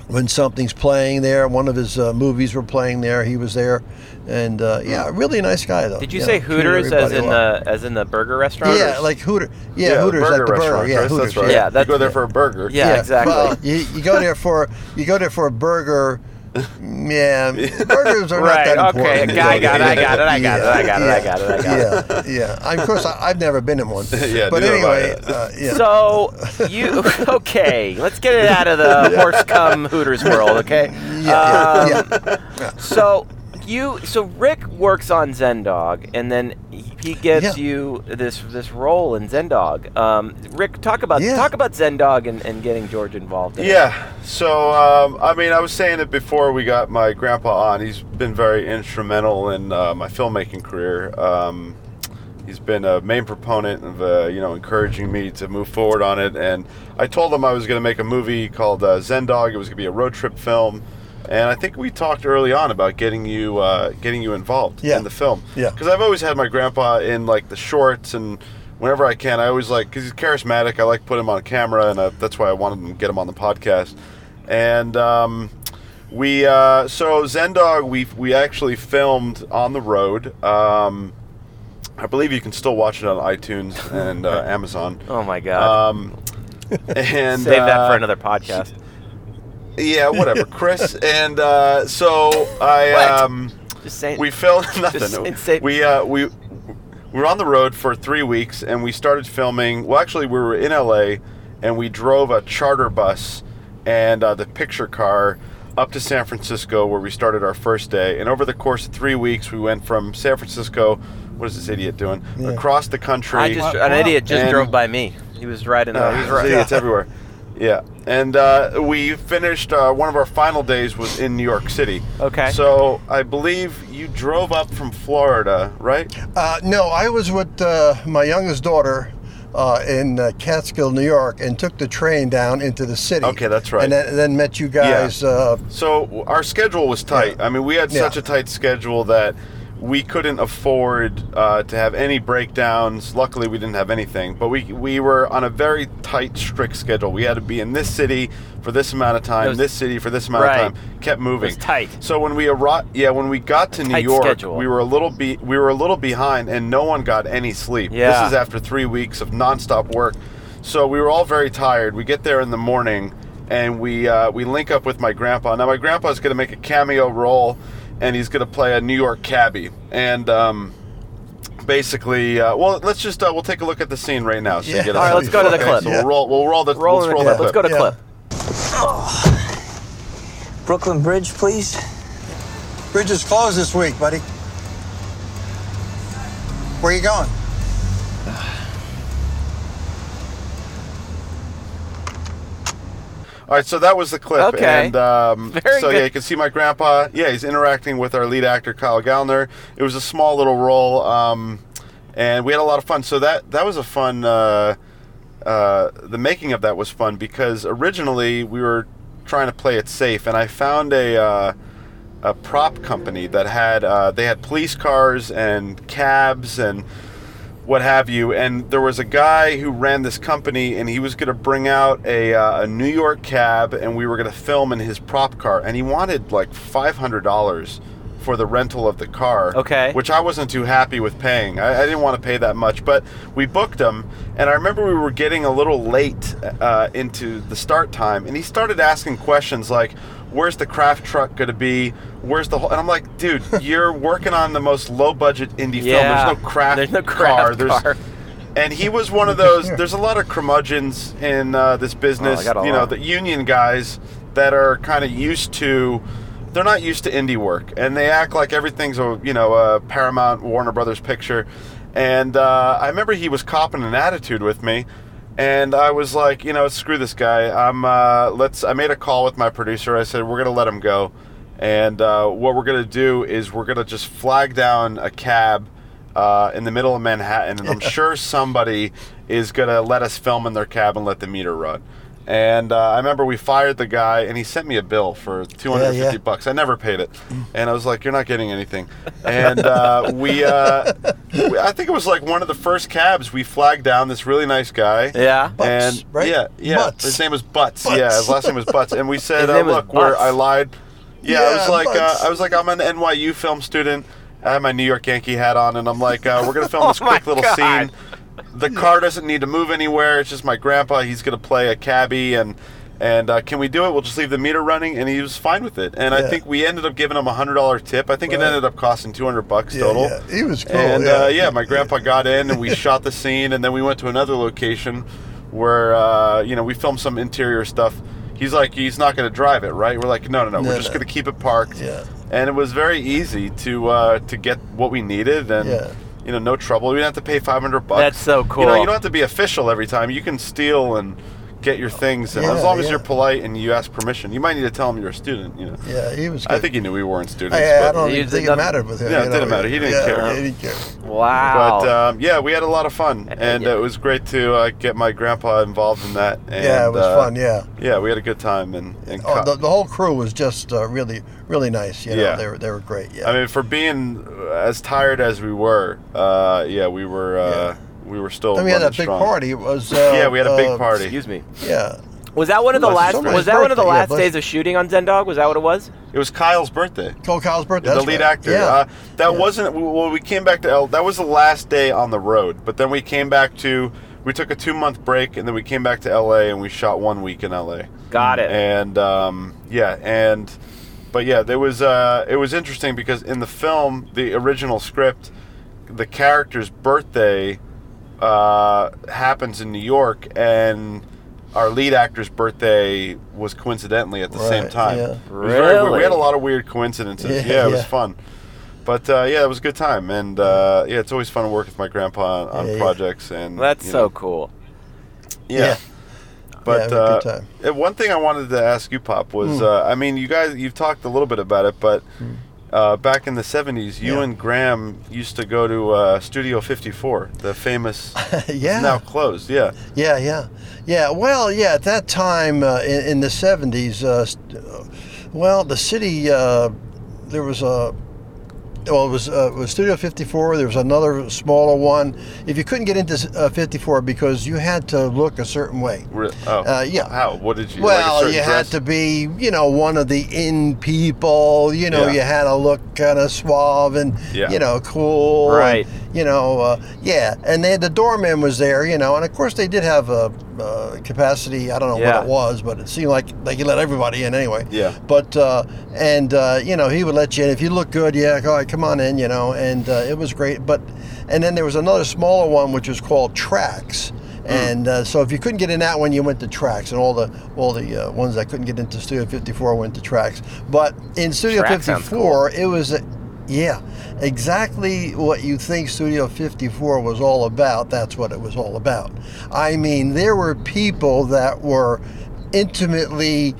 when something's playing there. One of his uh, movies were playing there. He was there, and uh, yeah, really nice guy though.
Did you
Yeah,
say
treated
Hooters as
everybody
in uh,
well.
the as in the burger restaurant?
Yeah, like Hooter. Yeah,
the
Hooters
burger
like the burger.
restaurant,
Yeah,
Chris,
Hooters.
That's right.
Yeah,
you go
that's-
there for a burger.
Yeah. exactly.
Well, you, you go there for you go there for a burger. Yeah, burgers are
Right,
not that
okay,
important.
I got it, I got it, I got it, I got it, I
Yeah,
got it, I got it.
Yeah, yeah. I- Of course, I, I've never been in one.
Yeah,
but
neither have I.
anyway, uh, yeah.
So you okay? Let's get it out of the horse cum Hooters world, okay?
yeah, yeah,
Um,
yeah.
So you so Rick works on Zendog, and then he gives
Yeah.
you this this role in Zendog. Um, Rick, talk about
Yeah.
talk about Zendog and, and getting George involved. In it.
Yeah. So, um, I mean, I was saying it before we got my grandpa on. He's been very instrumental in uh, my filmmaking career. Um, he's been a main proponent of, uh, you know, encouraging me to move forward on it. And I told him I was going to make a movie called uh, Zendog. It was going to be a road trip film. And I think we talked early on about getting you uh, getting you involved
Yeah.
in the film.
Yeah.
Because I've always had my grandpa in like the shorts and whenever I can, I always like because he's charismatic. I like to put him on camera, and uh that's why I wanted to get him on the podcast. And um, we uh, so Zendog, we we actually filmed on the road. Um, I believe you can still watch it on iTunes and uh, Amazon.
Oh my God!
Um, and
Save that
uh,
for another podcast.
Yeah, whatever, Chris. And uh, so I.
What?
Um,
Just saying.
we filmed nothing.
Just insane.
We uh, we we were on the road for three weeks, and we started filming. Well, actually, we were in LA, and we drove a charter bus and uh, the picture car up to San Francisco, where we started our first day. And over the course of three weeks, we went from San Francisco. What is this idiot doing? Across the country.
I just an idiot just
And-
drove by me. He was riding.
Uh,
Uh, he was ri-
It's everywhere. Yeah, and uh, we finished. Uh, one of our final days was in New York City.
Okay.
So I believe you drove up from Florida, right?
Uh, no, I was with uh, my youngest daughter uh, in uh, Catskill, New York, and took the train down into the city.
Okay, that's right.
And then, then met you guys. Uh,
So our schedule was tight. I mean, we had
Yeah.
such a tight schedule that we couldn't afford uh, to have any breakdowns. Luckily, we didn't have anything, but we we were on a very tight, strict schedule. We had to be in this city for this amount of time,
It was-
this city for this amount
Right.
of time. Kept moving.
was tight.
So when we arrived, yeah, when we got to New
tight
York,
schedule.
we were a little be we were a little behind, and no one got any sleep.
Yeah.
This is after three weeks of nonstop work. So we were all very tired. We get there in the morning, and we uh, we link up with my grandpa. Now my grandpa's going to make a cameo role, and he's going to play a New York cabbie. And um, basically, uh, well, let's just uh, we'll take a look at the scene right now. So you
Yeah.
get a
All right,
let's go to the
Okay,
clip.
So
Yeah.
we'll roll. We'll roll the.
Roll
let's
in the
roll
clip.
the
Let's go to
Yeah.
clip.
Brooklyn Bridge, please.
Bridge is closed this week, buddy. Where you going?
All right, so that was the clip.
Okay.
And um,
Very
so,
good.
yeah, you can see my grandpa. Yeah, he's interacting with our lead actor, Kyle Gallner. It was a small little role, um, and we had a lot of fun. So, that, that was a fun. Uh, uh, the making of that was fun because originally we were trying to play it safe, and I found a. Uh, a prop company that had uh, they had police cars and cabs and what have you. And there was a guy who ran this company, and he was going to bring out a, uh, a New York cab, and we were going to film in his prop car. And he wanted like five hundred dollars for the rental of the car.
Okay.
Which I wasn't too happy with paying. I, I didn't want to pay that much, but we booked him, and I remember we were getting a little late uh, into the start time, and he started asking questions like. Where's the craft truck going to be? Where's the whole? And I'm like, dude, you're working on the most low budget indie
Yeah.
film. There's no craft,
There's no craft
There's-
car.
and he was one of those. There's a lot of curmudgeons in uh, this business.
Oh, got a
you know,
lot.
the union guys that are kind of used to. They're not used to indie work, and they act like everything's a you know a Paramount Warner Brothers picture. And uh, I remember he was copping an attitude with me, and I was like, you know, screw this guy. I'm uh, let's. I made a call with my producer. I said we're gonna let him go, And uh, what we're gonna do is we're gonna just flag down a cab uh, in the middle of Manhattan, and I'm sure somebody is gonna let us film in their cab and let the meter run. And uh, I remember we fired the guy, and he sent me a bill for 250
Yeah, Mm. yeah.
bucks. I never paid it, and I was like, "You're not getting anything." And uh, we, uh, we, I think it was like one of the first cabs we flagged down. This really nice guy.
Yeah.
Butts,
and
right?
yeah, yeah.
Butts.
His name was Butts.
Butts.
Yeah, his last name was Butts. And we said,
His
uh,
name was
"Look, where
Butts.
I lied." Yeah, I was
Yeah,
like, uh,
Butts.
I was like, I'm an NYU film student. I have my New York Yankee hat on, and I'm like, uh, we're gonna film this
Oh my
quick little
God.
scene. The car doesn't need to move anywhere. It's just my grandpa. He's gonna play a cabbie, and and uh, can we do it? We'll just leave the meter running, and he was fine with it. And I
Yeah.
think we ended up giving him a hundred dollar tip. I think it
Right.
ended up costing two hundred bucks
Yeah,
total.
yeah. He was cool.
And
Oh, yeah.
Uh, yeah, my grandpa got in and we shot the scene, and then we went to another location where uh, you know we filmed some interior stuff. He's like, he's not going to drive it, right? We're like, no, no, no,
No,
we're just
no.
going to keep it parked.
Yeah.
And it was very easy to uh, to get what we needed, and
Yeah.
you know, no trouble. We didn't have to pay five hundred bucks.
That's so
You know,
cool.
you don't have to be official every time. You can steal and get your things, and
Yeah,
as long as
yeah.
you're polite and you ask permission, you might need to tell him you're a student. You know.
Yeah, he was. Good.
I think he knew we weren't students.
I, I
but-
don't
He
even
did
think it
nothing-
mattered with him.
Yeah, it
you
didn't
know.
matter. He didn't
yeah,
care.
He didn't care.
Wow. uh,
But um, yeah, we had a lot of fun, and
yeah.
it was great to uh, get my grandpa involved in that. And,
yeah, it was
uh,
fun. Yeah.
yeah, we had a good time, and, and
Oh,
co-
the, the whole crew was just uh, really, really nice. You know,
Yeah.
they were they were great. Yeah.
I mean, for being as tired as we were, uh, yeah, we were uh, we were still.
Then we had
running
that big
strong.
party. It was. Uh,
Yeah, we had a big
uh,
party.
Excuse me.
Yeah.
Was that one of the
Well,
last?
somebody's
Was that one of the
birthday, yeah,
last
but-
days of shooting on Zendog? Was that what it was?
It was Kyle's birthday.
Cole Kyle's birthday.
the
that's
lead
right.
actor.
Yeah.
Uh, that
Yeah.
wasn't. Well, we came back to L. That was the last day on the road, but then we came back to. We took a two month break, and then we came back to L.A. and we shot one week in L.A.
Got it.
and um, yeah, and but yeah, there was uh, it was interesting because in the film, the original script, the character's birthday uh, happens in New York, and our lead actor's birthday was coincidentally at the same
Right,
time.
yeah.
It was very weird. We
Really?
had a lot of weird coincidences. Yeah,
Yeah,
it was
yeah.
fun. But uh, yeah, it was a good time, and uh, yeah, it's always fun to work with my grandpa on, on
Yeah, yeah.
projects. And
That's
you
so
know,
cool.
yeah.
Yeah.
But
Yeah, it
uh,
was a good time. Hmm.
and one thing I wanted to ask you, Pop, was uh, I mean, you guys, you've talked a little bit about it, but uh, back in the '70s, you
Yeah.
and Graham used to go to uh, Studio 54, the famous.
yeah.
It's now closed. Yeah.
Yeah, yeah, yeah. Well, yeah. At that time uh, in, in the seventies, uh, st- uh, well, the city uh, there was a well, it was, uh, it was Studio 54. There was another smaller one. If you couldn't get into uh, 54 because you had to look a certain way.
Re- Oh.
Uh, yeah.
How? What did you? like a
Well,
certain
you
dress?
had to be, you know, one of the in people. You know,
Yeah.
you had to look kind of suave and,
Yeah.
you know, cool. and,
Right.
you know, uh, yeah. And they, the doorman was there, you know, and of course they did have a uh, capacity. I don't know
Yeah.
what it was, but it seemed like they could let everybody in anyway.
Yeah.
But uh, and uh, you know he would let you in if you look good. Yeah, all right, come on in. You know, and uh, it was great. But and then there was another smaller one which was called Tracks. And uh, so if you couldn't get in that one, you went to Tracks, and all the all the uh, ones that couldn't get into Studio 54 went to Tracks. But in Studio
Trax sounds
54, it was. A, yeah, exactly what you think Studio 54 was all about. That's what it was all about. I mean, there were people that were intimately,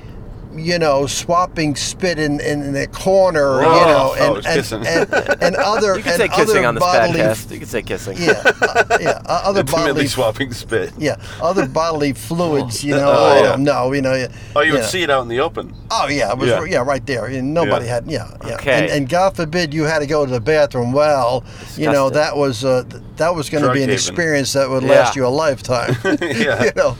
you know, swapping spit in, in, in a corner,
Oh,
you
oh,
know, and,
it's kissing.
and, and, and other
You can
and
say kissing
other
on this
bodily,
podcast. You can say kissing.
Yeah, uh, yeah, uh, other
Intimately
bodily.
swapping spit.
Yeah, other bodily fluids, you know.
Oh,
I
yeah.
don't know, you know.
Oh, you would
know.
see it out in the open.
Oh yeah, it was
Yeah.
yeah, right there. And nobody
Yeah.
had yeah, yeah.
Okay.
And, and God forbid you had to go to the bathroom. Well, you know
Disgusting.
that was uh, th- that was going to
Drug
be an
haven.
experience that would
Yeah.
last you a lifetime.
Yeah.
you know.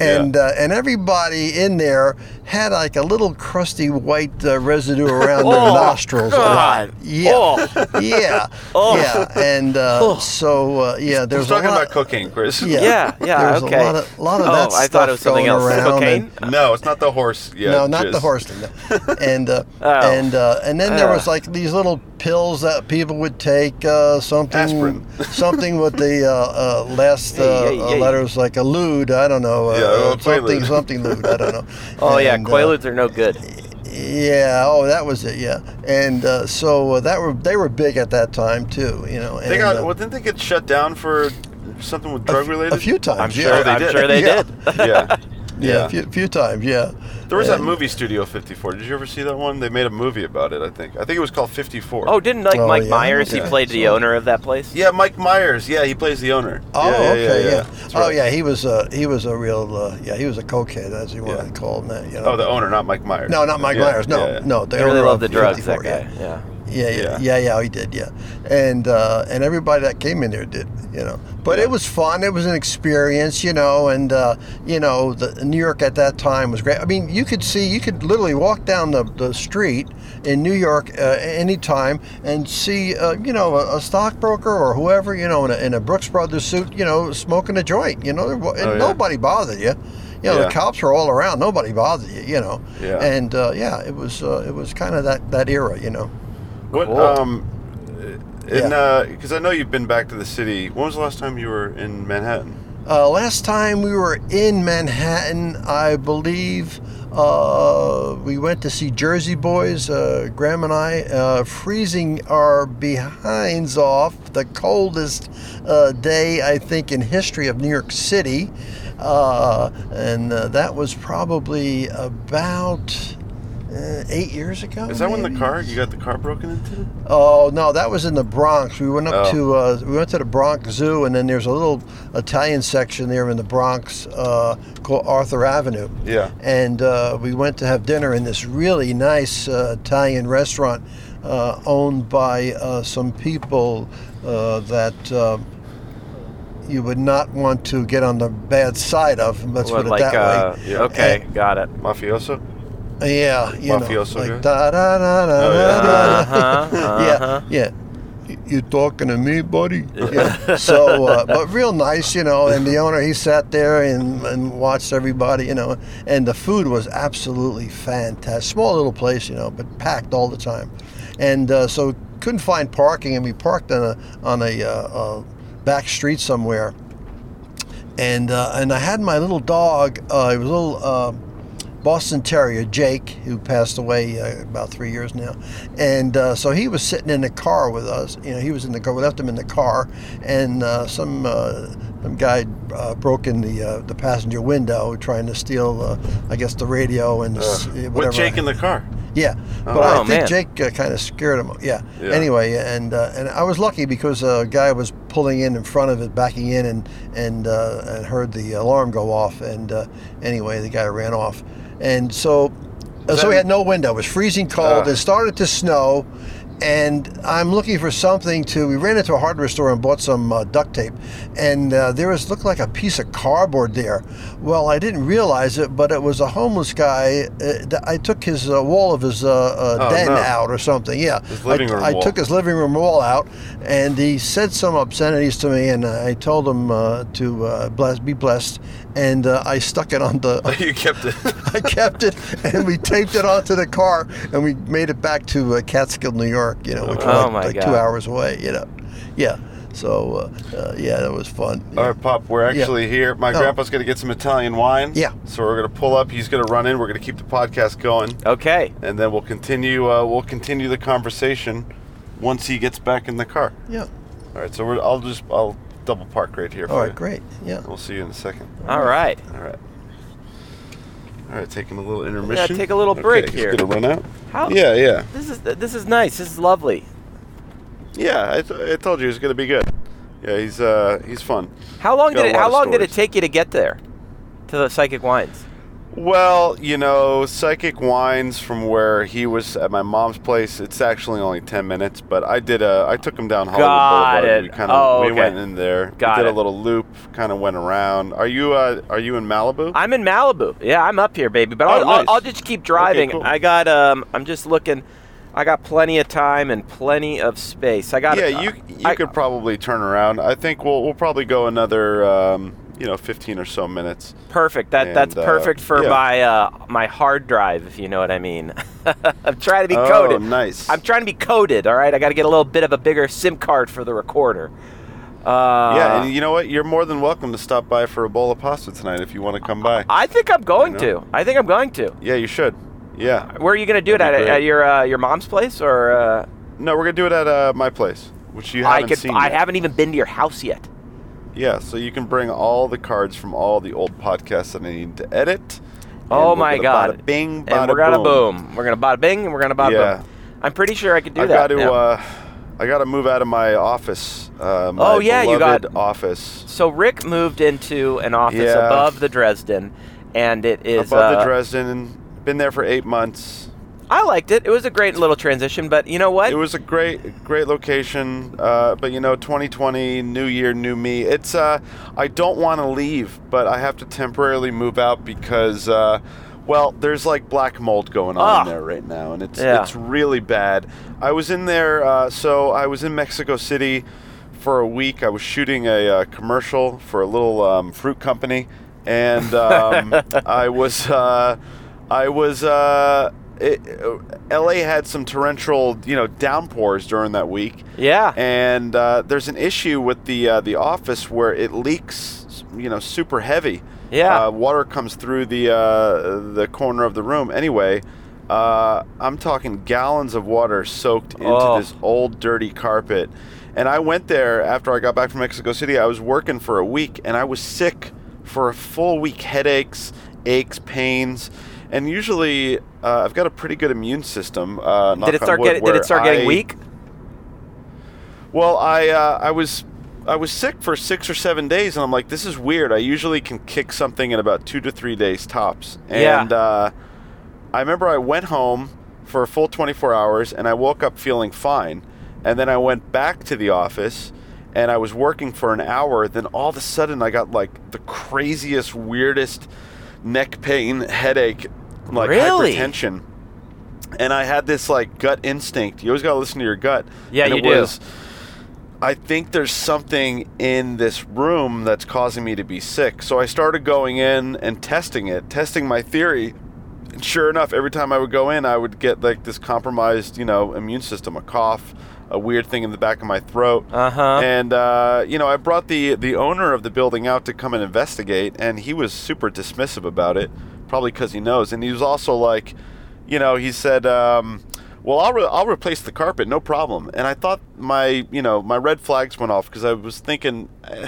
And, uh, and everybody in there had like a little crusty white uh, residue around their
Oh,
nostrils. a lot.
God.
Yeah,
Oh.
yeah,
Oh.
yeah. And uh, so uh, yeah,
We're
there's a
talking
lot-
about cocaine, Chris.
Yeah,
Yeah, yeah,
There was
okay.
a lot of, lot of
oh,
that
I thought it
stuff
was something
going
else.
around and-
Cocaine?
No, it's not the horse. Yeah.
no, not the
jizz.
horse thing. No. And uh,
Oh.
and uh, and then there was
Ugh.
like these little pills that people would take uh, something
Aspirin.
something with the uh, uh, last uh,
Hey, hey,
uh,
hey.
letters like a lewd. I don't know. Uh,
Yeah, well,
uh, something
Quaalude.
something lewd. I don't know.
Oh yeah,
And, uh,
Quaaludes are no good.
yeah. Oh, that was it. Yeah. And uh, so uh, that were they were big at that time too. You know. And,
They got.
uh,
well, didn't they get shut down for something with drug related?
a few times.
I'm
yeah.
sure.
they
I'm
did.
sure they
Yeah.
did.
yeah.
Yeah, a few, few times, yeah.
There was that movie Studio 54. Did you ever see that one? They made a movie about it. I think. I think it was called 54.
Oh, didn't like
Oh,
Mike
yeah.
Myers? He
Yeah.
played the owner of that place.
yeah, Mike Myers. Yeah, he plays the owner.
Oh,
yeah, yeah,
okay, yeah.
That's
Oh,
right.
yeah. He was a he was a real uh, yeah. He was a cokehead, as you want to call him. That, you know?
Oh, the owner, not Mike Myers.
no, not Mike
Yeah,
Myers. No,
yeah.
no. They
He really
were
loved the
of
drugs. That
54, yeah.
guy. Yeah.
Yeah, yeah,
Yeah.
yeah, yeah, he did, yeah, and uh, and everybody that came in there did, you know. But
Yeah.
it was fun. It was an experience, you know, and uh, you know, the, New York at that time was great. I mean, you could see, you could literally walk down the, the street in New York uh, anytime and see, uh, you know, a, a stockbroker or whoever, you know, in a, in a Brooks Brothers suit, you know, smoking a joint, you know, there wa- and
Oh, yeah.
nobody bothered you. You know,
Yeah.
the cops were all around. Nobody bothered you, you know.
Yeah.
And uh, yeah, it was uh, it was kind of that, that era, you know.
What?
Cool.
Um, in
Yeah.
because I know you've been back to the city. When was the last time you were in Manhattan?
Uh, last time we were in Manhattan, I believe uh, we went to see Jersey Boys, uh, Graham and I, uh, freezing our behinds off. The coldest uh, day, I think, in history of New York City. Uh, and uh, that was probably about uh, eight years ago.
Is that when
maybe?
the car you got the car broken into?
Oh no, that was in the Bronx. We went up
Oh.
to uh, we went to the Bronx Zoo, and then there's a little Italian section there in the Bronx uh, called Arthur Avenue.
Yeah.
And uh, we went to have dinner in this really nice uh, Italian restaurant uh, owned by uh, some people uh, that. Uh, you would not want to get on the bad side of. Let's
What,
put it
like,
that
uh,
way.
Yeah.
okay, got it.
Mafioso.
Yeah, you
Mafioso
know,
guy?
like da da da da
Oh, yeah.
da da.
Uh-huh, uh-huh.
Yeah, yeah. Y- You talking to me, buddy? Yeah. So, uh, but real nice, you know. And the owner, he sat there and, and watched everybody, you know. And the food was absolutely fantastic. Small little place, you know, but packed all the time. And uh, so couldn't find parking, and we parked on a on a uh, uh, back street somewhere. And uh, and I had my little dog. Uh, he was a little. Uh, Boston Terrier, Jake, who passed away uh, about three years now. And uh, so he was sitting in the car with us. You know, he was in the car. We left him in the car, and uh, some uh, some guy uh, broke in the uh, the passenger window trying to steal, uh, I guess, the radio and the s- whatever.
Uh, With Jake in the car.
Yeah, but
Oh,
I think
man.
Jake uh, kind of scared him. Yeah.
Yeah.
Anyway, and uh, and I was lucky because a guy was pulling in in front of it, backing in, and and uh, and heard the alarm go off. And uh, anyway, the guy ran off, and so uh, so we had no window. It Uh. was freezing cold.
Ah.
It started to snow. And I'm looking for something to. We ran into a hardware store and bought some uh, duct tape, and uh, there was looked like a piece of cardboard there. Well, I didn't realize it, but it was a homeless guy. Uh, th- I took his uh, wall of his uh, uh,
Oh,
den
no.
out or something. Yeah,
His living
I,
room
I
wall.
took his living room wall out, and he said some obscenities to me, and I told him uh, to uh, bless, be blessed, and uh, I stuck it on the
you kept it.
I kept it, and we taped it onto the car, and we made it back to uh, Catskill, New York. You know, which was
Oh,
like,
my
like
God.
two hours away. You know, yeah. So uh, uh, yeah, that was fun.
All right, Pop, we're actually here. My
Oh.
grandpa's going to get some Italian wine.
Yeah.
So we're going to pull up. He's going to run in. We're going to keep the podcast going.
Okay.
And then we'll continue uh, we'll continue the conversation once he gets back in the car.
Yeah.
All right, so we're, I'll just I'll double park right here for
All right,
you.
great. Yeah.
We'll see you in a second.
All right.
All right. All right, taking a little intermission.
take a little break
okay,
here.
He's gonna run out.
How-
Yeah, yeah,
This is this is nice. This is lovely.
yeah. I, th- I told you it's gonna be good. Yeah, he's uh he's fun.
How long
Got
did
a
it
lot
How
of
long did it
stories.
take you to get there, to the Psychic Wines?
Well, you know, Psychic Wines from where he was at my mom's place. It's actually only ten minutes, but I did a. I took him down Hollywood
Got
Boulevard.
it.
We kind
Oh,
of we
okay.
went in there.
Got
we did
it.
a little loop. Kind of went around. Are you uh Are you in Malibu?
I'm in Malibu. Yeah, I'm up here, baby. But
Oh,
I'll,
nice.
I'll, I'll just keep driving.
cool.
I got um. I'm just looking. I got plenty of time and plenty of space. I got.
yeah, you you
I-
could probably turn around. I think we'll we'll probably go another um, you know fifteen or so minutes.
Perfect. That that's
And, uh,
perfect for
yeah.
my uh, my hard drive, if you know what I mean. I'm trying to be
Oh,
coded.
nice.
I'm trying to be coded. All right. I got to get a little bit of a bigger SIM card for the recorder. Uh,
yeah, and you know what? You're more than welcome to stop by for a bowl of pasta tonight if you want to come by.
I think I'm going
You know?
to. I think I'm going to.
yeah, you should. Yeah.
Where are you going to do it at?
That'd be
At
great.
your uh, your mom's place or? Uh,
No, we're gonna do it at uh, my place, which you
I
haven't
could.
seen.
I
yet.
haven't even been to your house yet.
Yeah, so you can bring all the cards from all the old podcasts that I need to edit.
Oh
And we're
my
gonna
god!
Bada bing, bada
and we're gonna
boom.
boom. We're gonna bada bing, and we're gonna bada
Yeah.
boom. I'm pretty sure I could do
I
that.
got to.
now.
Uh, I got to move out of my office. Uh, my
Oh, yeah, you
beloved
got-
office
so Rick moved into an office
Yeah.
above the Dresden, and it is.
above the
uh,
Dresden. and Been there for eight months.
I liked it. It was a great little transition, but you know what?
It was a great, great location. Uh, but you know, 2020, new year, new me. It's. Uh, I don't want to leave, but I have to temporarily move out because, uh, well, there's like black mold going on in
Ah.
there right now, and it's
Yeah.
it's really bad. I was in there, uh, so I was in Mexico City for a week. I was shooting a uh, commercial for a little um, fruit company, and um, I was uh, I was. Uh, it, LA had some torrential, you know, downpours during that week,
yeah.
and uh, there's an issue with the uh, the office where it leaks, you know, super heavy.
Yeah.
uh, water comes through the uh, the corner of the room. Anyway, uh, I'm talking gallons of water soaked into
Oh.
this old dirty carpet. And I went there after I got back from Mexico City. I was working for a week, and I was sick for a full week, headaches, aches, pains. And usually, uh, I've got a pretty good immune system. Uh, knock
did it
on
start
wood,
getting? Did
where
it start getting
I-
weak?
well, I uh, I was I was sick for six or seven days, and I'm like, this is weird. I usually can kick something in about two to three days tops.
Yeah.
And uh, I remember I went home for a full 24 hours, and I woke up feeling fine. And then I went back to the office, and I was working for an hour. Then all of a sudden, I got like the craziest, weirdest neck pain, headache, like
Really?
hypertension. And I had this like gut instinct. You always gotta listen to your gut.
Yeah,
and
you
it
do.
was I think there's something in this room that's causing me to be sick. So I started going in and testing it, testing my theory. And sure enough, every time I would go in, I would get like this compromised, you know, immune system, a cough, a weird thing in the back of my throat.
Uh-huh.
And uh, you know, I brought the the owner of the building out to come and investigate, and he was super dismissive about it, probably because he knows. And he was also like, you know, he said, um, "Well, I'll re- I'll replace the carpet, no problem." And I thought my you know my red flags went off because I was thinking. eh,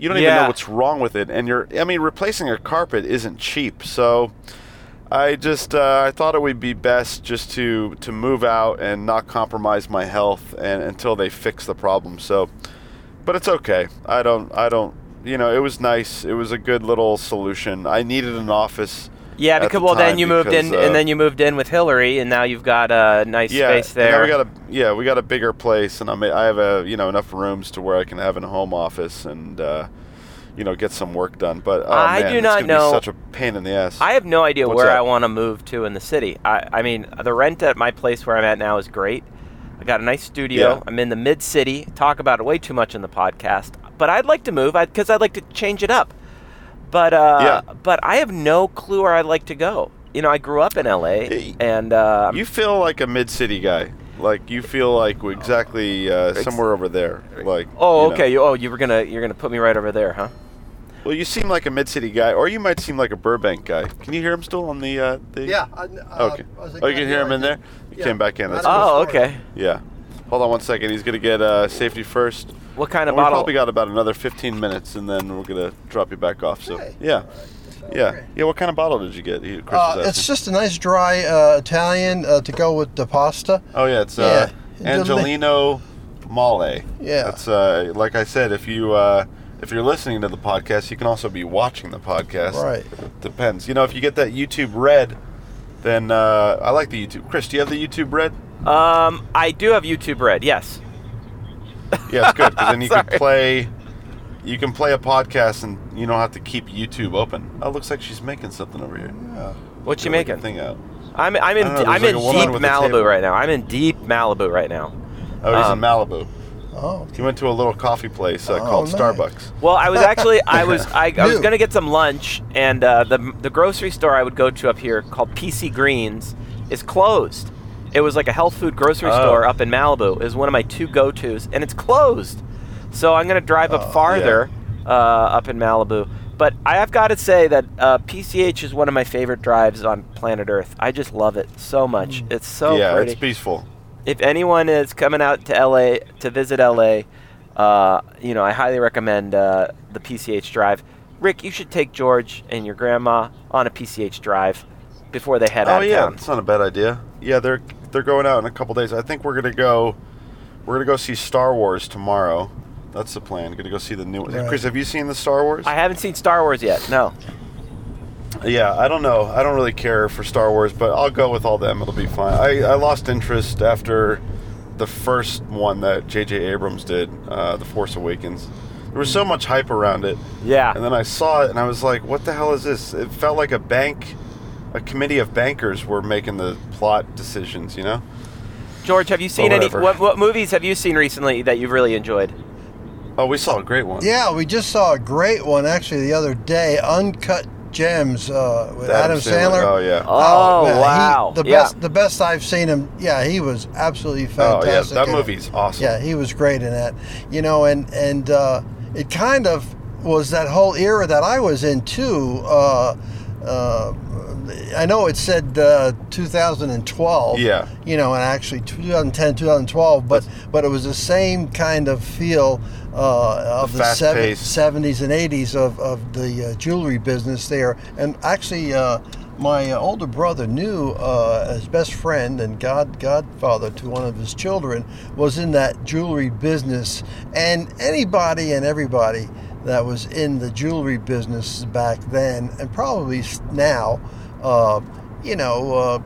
You don't even
Yeah.
know what's wrong with it, and you're—I mean, replacing a carpet isn't cheap. So, I just uh, I thought it would be best just to to move out and not compromise my health and until they fix the problem. So, but it's okay. I don't I don't you know it was nice. It was a good little solution. I needed an office.
Yeah,
at
because
the
well, then
time
you moved in,
because, uh,
and then you moved in with Hillary, and now you've got a nice
yeah,
space
and now
there.
we got a yeah we got a bigger place and I'm I have a you know enough rooms to where I can have a home office and. Uh, you know, get some work done, but oh,
I
man,
do
it's
not
gonna be
know-
such a pain in the ass.
I have no idea
What's
where
that?
I want to move to in the city. I, I mean, the rent at my place where I'm at now is great. I got a nice studio.
Yeah.
I'm in the mid city. Talk about it way too much in the podcast, but I'd like to move because I'd like to change it up. But uh,
Yeah.
but I have no clue where I'd like to go. You know, I grew up in L.A.
Hey,
and um,
You feel like a mid-city guy. Like you feel like we're exactly uh, somewhere over there. Like
oh,
you know.
okay. You, oh, you were gonna you're gonna put me right over there, huh?
Well, you seem like a mid-city guy, or you might seem like a Burbank guy. Can you hear him still on the? Uh, the
Yeah. I,
Okay. oh, you can hear him in there. He
yeah.
came back in. That's
Not
cool.
a-
Oh,
story.
okay.
Yeah. Hold on one second. He's gonna get uh, safety first.
What
And
kind of
we
bottle?
probably got about another 15 minutes, and then we're gonna drop you back off. So
Okay.
yeah, yeah,
great.
yeah. What kind of bottle did you get? He- Chris was
Uh,
asking.
it's just a nice dry uh, Italian uh, to go with the pasta.
Oh yeah, it's uh,
Yeah.
Angelino Male.
Yeah.
It's uh, like I said, if you uh, if you're listening to the podcast, you can also be watching the podcast.
Right.
Depends. You know, if you get that YouTube Red, then uh, I like the YouTube. Chris, do you have the YouTube Red?
Um, I do have YouTube Red. Yes.
Yeah, it's good because then you can
Sorry.
play. You can play a podcast and you don't have to keep YouTube open. Oh, looks like she's making something over here.
What you
Get the
making?
Thing out.
I'm I'm in
I don't know,
I'm
Ah, there's like
in
a woman
deep
with a
Malibu
table.
right now. I'm in deep Malibu right now.
Oh, he's
Um,
in Malibu.
Oh,
He went to a little coffee place uh,
Oh,
called
nice.
Starbucks.
Well, I was actually I was I, I was
New.
gonna get some lunch, and uh, the the grocery store I would go to up here called PC Greens is closed. It was like a health food grocery
Oh.
store up in Malibu. It was one of my two go tos, and it's closed. So I'm gonna drive
Oh,
up farther uh, up in Malibu. But I have got to say that uh, PCH is one of my favorite drives on planet Earth. I just love it so much. It's so
Mm. yeah,
pretty.
it's peaceful.
if anyone is coming out to LA to visit LA, uh, you know, I highly recommend uh, the PCH Drive. Rick, you should take George and your grandma on a PCH drive before they head
Oh
out of
yeah,
town.
it's not a bad idea. Yeah, they're they're going out in a couple days. I think we're gonna go. We're gonna go see Star Wars tomorrow. That's the plan. Gonna go see the new one.
Right.
Chris, have you seen the Star Wars?
I haven't seen Star Wars yet. No.
yeah, I don't know. I don't really care for Star Wars, but I'll go with all them. It'll be fine. I, I lost interest after the first one that J.J. Abrams did, uh, The Force Awakens. There was so much hype around it.
Yeah.
And then I saw it and I was like, what the hell is this? It felt like a bank, a committee of bankers were making the plot decisions, you know?
George, have you seen any?
whatever.
What, what movies have you seen recently that you've really enjoyed?
Oh, we saw a great one.
Yeah, we just saw a great one actually the other day, Uncut Gems uh, with Adam, Sandler.
Oh, yeah.
Oh,
man, he-
wow.
the
Yeah.
best, the best I've seen him. Yeah, he was absolutely
Oh, yeah.
fantastic.
That
in it.
movie's awesome.
Yeah, he was great in that. You know, and and uh, it kind of was that whole era that I was in too. Uh, uh, I know it said uh, 2012.
Yeah.
You know, and actually 2010, 2012, but but it was the same kind of feel uh, of
The
the
fast
seven-
pace.
70s and 80s of, of the uh, jewelry business there. And actually, uh, my uh, older brother knew uh, his best friend and god godfather to one of his children was in that jewelry business. And anybody and everybody that was in the jewelry business back then, and probably s- now, uh, you know.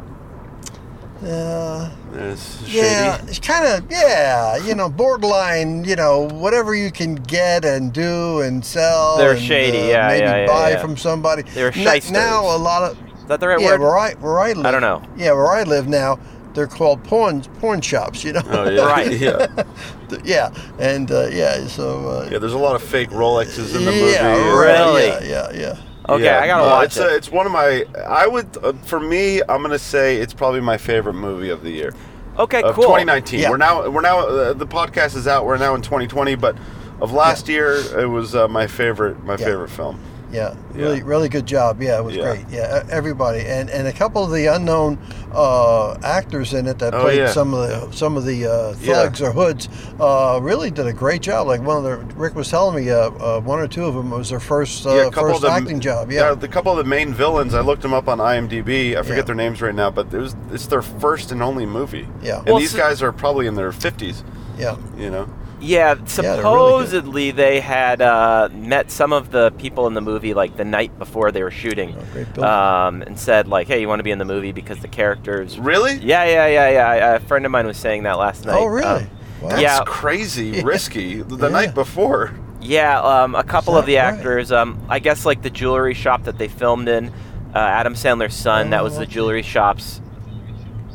Uh, uh,
It's shady.
yeah, it's kind of yeah, you know, borderline, you know, whatever you can get and do and sell.
They're
and, uh,
shady, yeah,
maybe
yeah, yeah,
buy
yeah.
from somebody.
They're
N-
shysters.
Now a lot of
Is that the right
yeah,
word?
where I where I live.
don't know.
Yeah, where I live now, they're called porn porn shops. You know.
Oh, yeah.
Right.
Yeah.
yeah, and uh, yeah, so. Uh,
yeah, there's a lot of fake Rolexes in the movie.
yeah,
It's-
right,
uh, Really?
Yeah, yeah, yeah.
Okay,
Yeah,
I gotta
no,
watch
it's
it.
A, it's one of my. I would, uh, for me, I'm gonna say it's probably my favorite movie of the year
okay,
of
Eh, cool.
2019.
Yeah.
We're now, we're now. Uh, the podcast is out. We're now in 2020, but of last year, it was uh, my favorite. My favorite film.
Yeah,
Yeah.
really, really good job. Yeah, it was
Yeah.
great. Yeah, e- everybody, and and a couple of the unknown uh, actors in it that
Oh,
played
yeah.
some of the some of the uh,
Yeah.
thugs or hoods uh, really did a great job. Like one of the Rick was telling me, uh, uh, one or two of them was their first uh, first acting job. Yeah,
the couple of the main villains. I looked them up on IMDb. I forget
Yeah.
their names right now, but it was it's their first and only movie.
Yeah.
and
Well,
these
so-
guys are probably in their 50s.
yeah,
You know,
Yeah,
they're really good.
supposedly they had uh, met some of the people in the movie like the night before they were shooting,
Oh, great build.
um, and said like, "Hey, you want to be in the movie because the characters."
really?
Yeah, yeah, yeah, yeah. I- A friend of mine was saying that last night.
Oh, really?
uh,
Um,
Wow.
That's
yeah,
crazy, risky. The
Yeah.
night before.
yeah. Um, a couple
that
of the
right?
actors, um, I guess, like the jewelry shop that they filmed in. Uh, Adam Sandler's son. that
Oh,
was the
okay.
jewelry shop's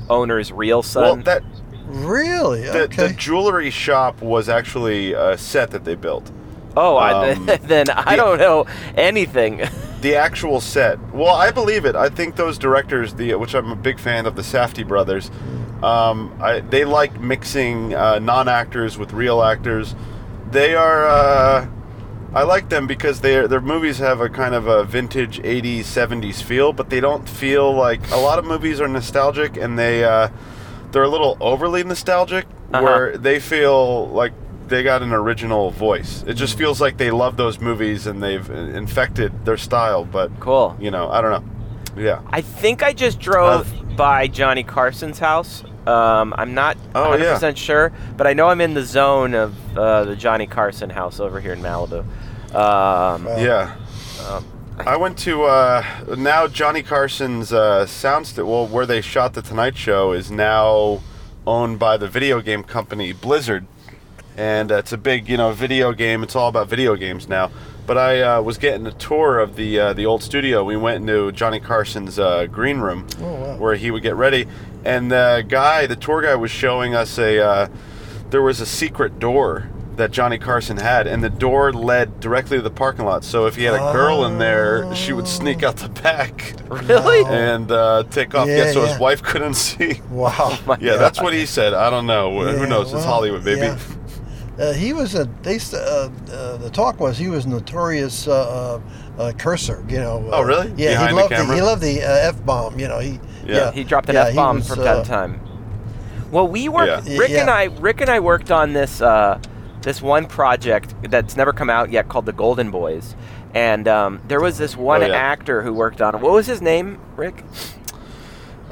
owner's real
Well,
son.
that
really?
the,
okay.
the jewelry shop was actually a set that they built.
oh, I,
um,
then I
the-
don't know anything.
The actual set. Well, I believe it. I think those directors, the which I'm a big fan of, the Safdie brothers, um, I, they like mixing uh, non-actors with real actors. They are. Uh, I like them because their their movies have a kind of a vintage '80s, '70s feel, but they don't feel like a lot of movies are nostalgic, and they uh, they're a little overly nostalgic,
Uh-huh.
where they feel like they got an original voice. It just feels like they love those movies and they've uh, infected their style. But
Cool.
you know, I don't know. Yeah.
I think I just drove by Johnny Carson's house. Um, I'm not
Oh,
100%
yeah.
sure, but I know I'm in the zone of uh, the Johnny Carson house over here in Malibu. Um,
Wow. Um,
Yeah. I went to uh, now Johnny Carson's uh, sound st- well, where they shot the Tonight Show is now owned by the video game company Blizzard, and uh, it's a big you know video game. It's all about video games now. But I uh, was getting a tour of the uh, the old studio. We went into Johnny Carson's uh, green room
Oh, wow.
where he would get ready, and the guy, the tour guy, was showing us a. Uh, there was a secret door that Johnny Carson had, and the door led directly to the parking lot. So if he had a girl in there, she would sneak out the back
really?
Wow.
and uh, take off. Yeah,
Yeah,
so his
yeah.
wife couldn't see.
wow.
Yeah, that's what he said. I don't know. Who
Yeah,
knows?
well,
it's Hollywood, baby.
yeah. Uh, he was a. They s- uh, uh, the talk was he was notorious uh, uh, uh, cursor. You know. Uh,
Oh, really?
Yeah,
Behind
he
the
loved
camera?
he loved the uh, f bomb. You know he.
Yeah.
Yeah.
He dropped an
yeah, he
F bomb
was,
from
uh,
time to time. Well, we worked.
Yeah.
Rick and
Yeah.
I. Rick and I worked on this uh, this one project that's never come out yet called The Golden Boys, and um, there was this one
Oh, yeah.
actor who worked on it. What was his name, Rick?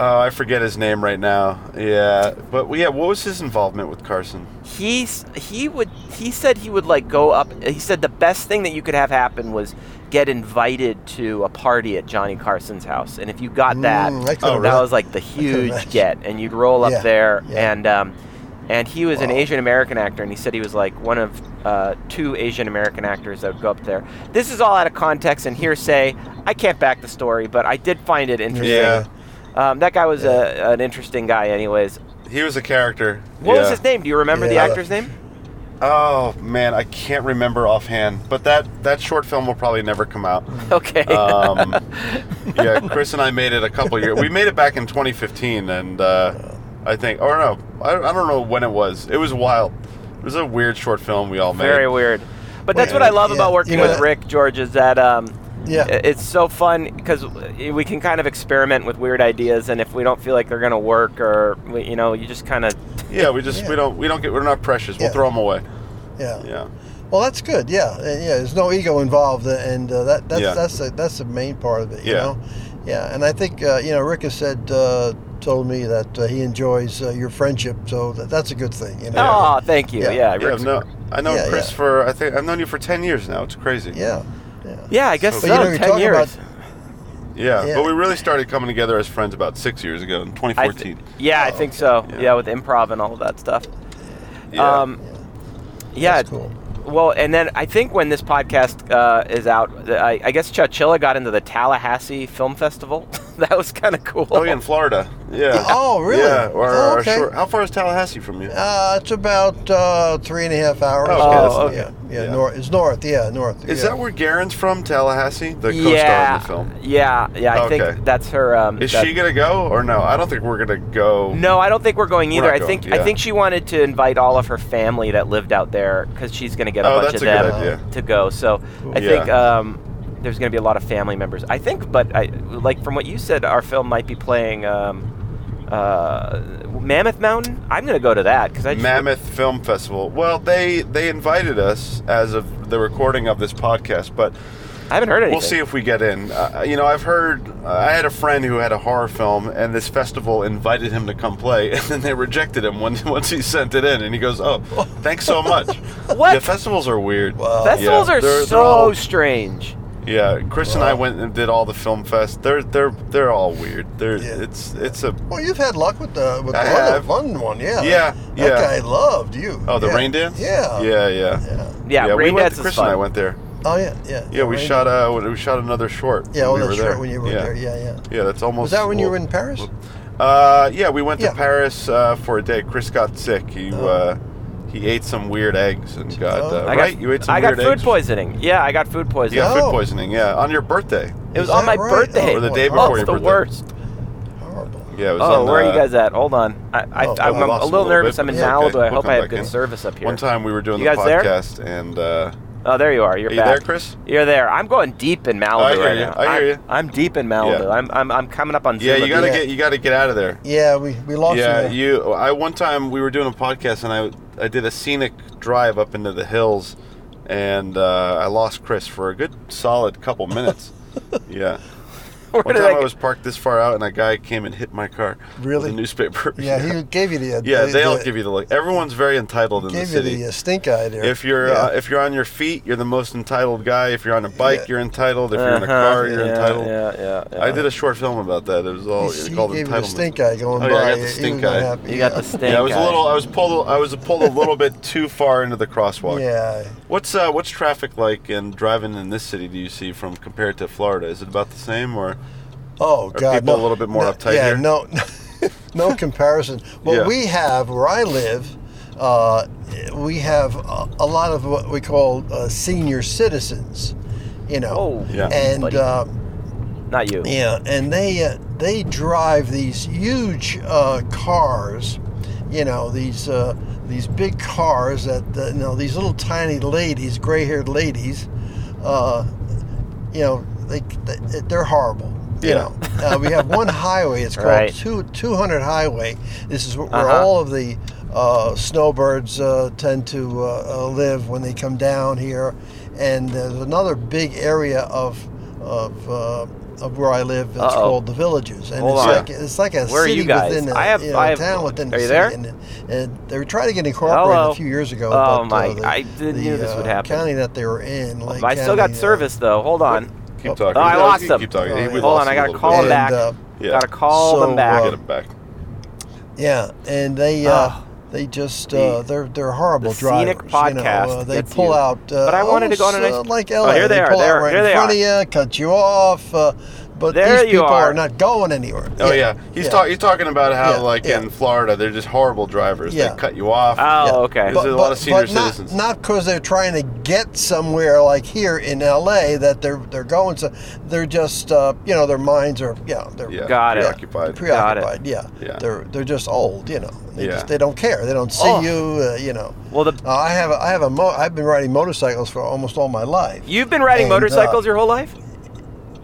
Oh, I forget his name right now. Yeah, but yeah, what was his involvement with Carson?
he s- he would he said he would like go up he said the best thing that you could have happen was get invited to a party at Johnny Carson's house and if you got that
Mm, I could've
that
done-
was like the
imagine.
huge get and you'd roll up
Yeah,
there
yeah.
and um and he was an
Wow.
Asian American actor, and he said he was like one of uh, two Asian American actors that would go up there. This is all out of context and hearsay. I can't back the story, but I did find it interesting.
Yeah.
Um, that guy was a, an interesting guy, anyways.
He was a character.
What was
Yeah.
his name? Do you remember the
Yeah.
actor's name?
Oh man, I can't remember offhand. But that that short film will probably never come out.
Mm.
Okay.
Um, yeah, Chris and I made it a couple years. We made it back in 2015, and uh, I think, or no, I, I don't know when it was. It was wild. It was a weird short film we all made.
Very weird. But that's
Well,
what I love
yeah,
about working
you know
with
that-
Rick George is that um,
Yeah.
i- it's so fun because we can kind of experiment with weird ideas, and if we don't feel like they're gonna work or we- you know, you just kind of
Yeah, we just
Yeah.
we don't we don't get we're not precious. We'll
Yeah.
throw them away.
Yeah.
Yeah.
Well, that's good. Yeah, and, yeah. There's no ego involved, uh, and uh, that that's
Yeah.
that's the, that's the main part of it. You
Yeah.
know. Yeah, and I think uh, you know Rick has said uh, told me that uh, he enjoys uh, your friendship, so that, that's a good thing. You know.
oh, thank you,
Yeah.
yeah,
Yeah,
Rick's-
no, I know
Yeah,
Chris
yeah.
for I think I've known you for 10 years now. It's crazy.
Yeah. Yeah.
yeah, I guess so.
But, you know, you
Ten
talk
years.
about-
Yeah,
Yeah.
but we really started coming together as friends about six years ago in
I
2014.
th- yeah, I think
Oh,
so.
Yeah.
Yeah. with improv and all of that stuff.
yeah.
Um, yeah.
That's cool.
Well, and then I think when this podcast uh, is out, the- I, I guess Chowchilla got into the Tallahassee Film Festival. that was kind of cool.
oh, yeah, in Florida. Yeah.
Oh, really?
Yeah. Or,
Oh,
or
okay.
short- how far is Tallahassee from you?
Uh, it's about uh, three and a half hours.
Oh,
okay, Oh, that's-
yeah,
okay.
yeah,
Yeah.
North, it's north. Yeah, north.
Is
yeah.
that where Garen's from? Tallahassee, the co-star
yeah,
in the film.
Yeah, yeah. I
Okay.
think that's her. Um,
Is
that-
she gonna go or no? I don't think we're gonna go.
No, I don't think we're going either.
not
I think
going, yeah.
I think she wanted to invite all of her family that lived out there because she's going to get a
Oh,
bunch
that's
of
a good
them
idea.
to go. So I
Yeah.
think um, there's going to be a lot of family members. I think, but I like from what you said, our film might be playing. Um, uh, Mammoth Mountain. I'm gonna go to that because I just,
Mammoth Film Festival. Well, they they invited us as of the recording of this podcast, but
I haven't heard anything.
we'll see if we get in. Uh, you know, I've heard. I had a friend who had a horror film, and this festival invited him to come play, and then they rejected him when, once he sent it in, and he goes, "Oh, thanks so much."
What?
The festivals are weird.
Wow.
Festivals
Yeah,
are
they're- they're
so
all-
strange.
Yeah, Chris and I went and did all the film fest. They're they're they're all weird. They're
Yeah.
it's it's a
Well, you've had luck with the with the
I
London,
have.
London one, yeah.
Yeah,
that,
yeah.
That guy loved you.
oh the
yeah.
rain dance.
Yeah.
yeah, yeah.
Yeah.
Yeah,
we
rain
went-
dance
Chris
is fun.
and I went there.
Oh yeah, yeah.
Yeah, we
Rain-
shot uh we shot another short.
Yeah, oh,
we
that's
were there.
right. When you were there, yeah, yeah.
Yeah, that's almost.
Was that when you
well-
were in Paris?
Uh, yeah, we went
Yeah.
to Paris uh, for a day. Chris got sick. He uh, he ate some weird eggs and got
Oh.
uh,
I got,
right. you ate some
I got
weird
food
eggs.
poisoning. Yeah, I got food
You
poisoning.
got
Oh.
food poisoning. Yeah, on your birthday.
It was
Is
on my
that right?
birthday.
Oh,
Or the day
boy,
before
oh,
your
it's the
birthday.
worst.
Horrible.
Yeah. It was
Oh,
on,
where are
uh,
you guys at? Hold on. I, I,
Oh,
I'm,
I lost
a
him
little nervous.
bit,
I'm in
but it's
Malibu.
okay.
I
We'll
hope
come
I have
back
good
in.
service up here.
One time we were doing
You
the
guys there?
podcast, and uh,
Oh, there you are. You're
are you
back.
there, Chris?
You're there. I'm going deep in Malibu
I hear
right
you.
now.
I hear
I'm-
you.
I'm deep in Malibu.
Yeah.
I'm, I'm I'm coming up on
Yeah,
Zula
you gotta
Beach.
Yeah.
get you gotta get out of there.
Yeah, we we lost
Yeah,
him. there.
you. I one time we were doing a podcast and I I did a scenic drive up into the hills, and uh, I lost Chris for a good solid couple minutes. yeah.
Where
One
did
time I,
I get-
was parked this far out, and a guy came and hit my car. with
Really?
a newspaper.
yeah, he gave you the. uh,
yeah.
the-
They all
the-
give you the look. Everyone's very entitled in the
gave you
city.
the uh, stink eye there.
If you're
yeah.
uh, if you're on your feet, you're the most entitled guy. If you're on a bike,
Yeah.
you're entitled. If you're in a
Uh-huh.
car, you're
yeah,
entitled.
Yeah, yeah, yeah.
I did a short film about that. It was all
he, he
called
gave you the
entitlement.
stink eye going
Oh, yeah, I
by.
got the
He was
stink
not
eye.
happy.
You got
yeah.
the stink.
yeah, I was a
eye.
little. I was pulled. I was pulled a little bit too far into the crosswalk.
Yeah.
What's uh, what's traffic like and driving in this city? Do you see from compared to Florida? Is it about the same or?
Oh God,
people
no.
a little bit more
No,
uptight
yeah,
here?
no, no comparison. What
Yeah.
we have where I live, uh, we have a, a lot of what we call uh, senior citizens. You know,
Oh,
Yeah.
and
buddy.
uh,
Not you.
yeah, and they uh, they drive these huge uh, cars. You know these uh, these big cars that uh, you know these little tiny ladies, gray-haired ladies. Uh, you know they, they they're horrible. You
Yeah.
know uh, we have one highway. It's called
Right.
two, 200 Highway. This is where
Uh-huh.
all of the uh, snowbirds uh, tend to uh, uh, live when they come down here. And there's another big area of of, uh, of where I live. It's
Uh-oh.
called the villages, and
Hold
it's
on.
like it's like a
Where are
city
you guys?
within a
I have-
you know,
I have-
town within.
are
the
you there?
City. And, and they were trying to get incorporated
Hello?
a few years ago.
Oh,
but,
my-
Uh, the,
I did-
the,
knew this would
uh,
happen.
County that they were in. Lake
Um, I still
County,
got
uh,
service though. Hold on.
Keep
Oh,
talking.
I
You
lost
keep
him. Oh,
talking. Hey, we
Hold
lost
on,
him
I
a
gotta
little
call
bit.
him back.
uh,
Yeah. uh,
Gotta call
So,
them back.
Get him back.
Yeah, and they uh,
Ah.
they just
The-
uh, they're they're horrible
the scenic
drivers. you know,
podcast
uh, they
gets
pull
you.
out. Uh,
But I wanted to go on a
almost,
nice-
uh, like
Oh,
LA.
here they are,
pull out
there-
right
here
in
they
front
are.
of you, cut you off. Uh, but
There
these
you
people are.
are.
not going anywhere.
Oh
Yeah,
yeah, he's
yeah.
talk, he's talking about how
Yeah,
like
yeah.
in Florida they're just horrible drivers.
Yeah.
They cut you off.
Oh,
Yeah.
okay.
But- There's a lot of senior
not,
citizens.
Not because they're trying to get somewhere like here in LA that they're they're going to. They're just uh, you know their minds are yeah they're
yeah,
Got it.
preoccupied.
Got it.
preoccupied. Yeah.
Yeah.
they're they're just old. You know, they
Yeah.
just they don't care. They don't see
Oh.
you. Uh, you know.
well, the
Uh, I have a, I have a mo- I've been riding motorcycles for almost all my life.
you've been riding
And, uh,
motorcycles your whole life.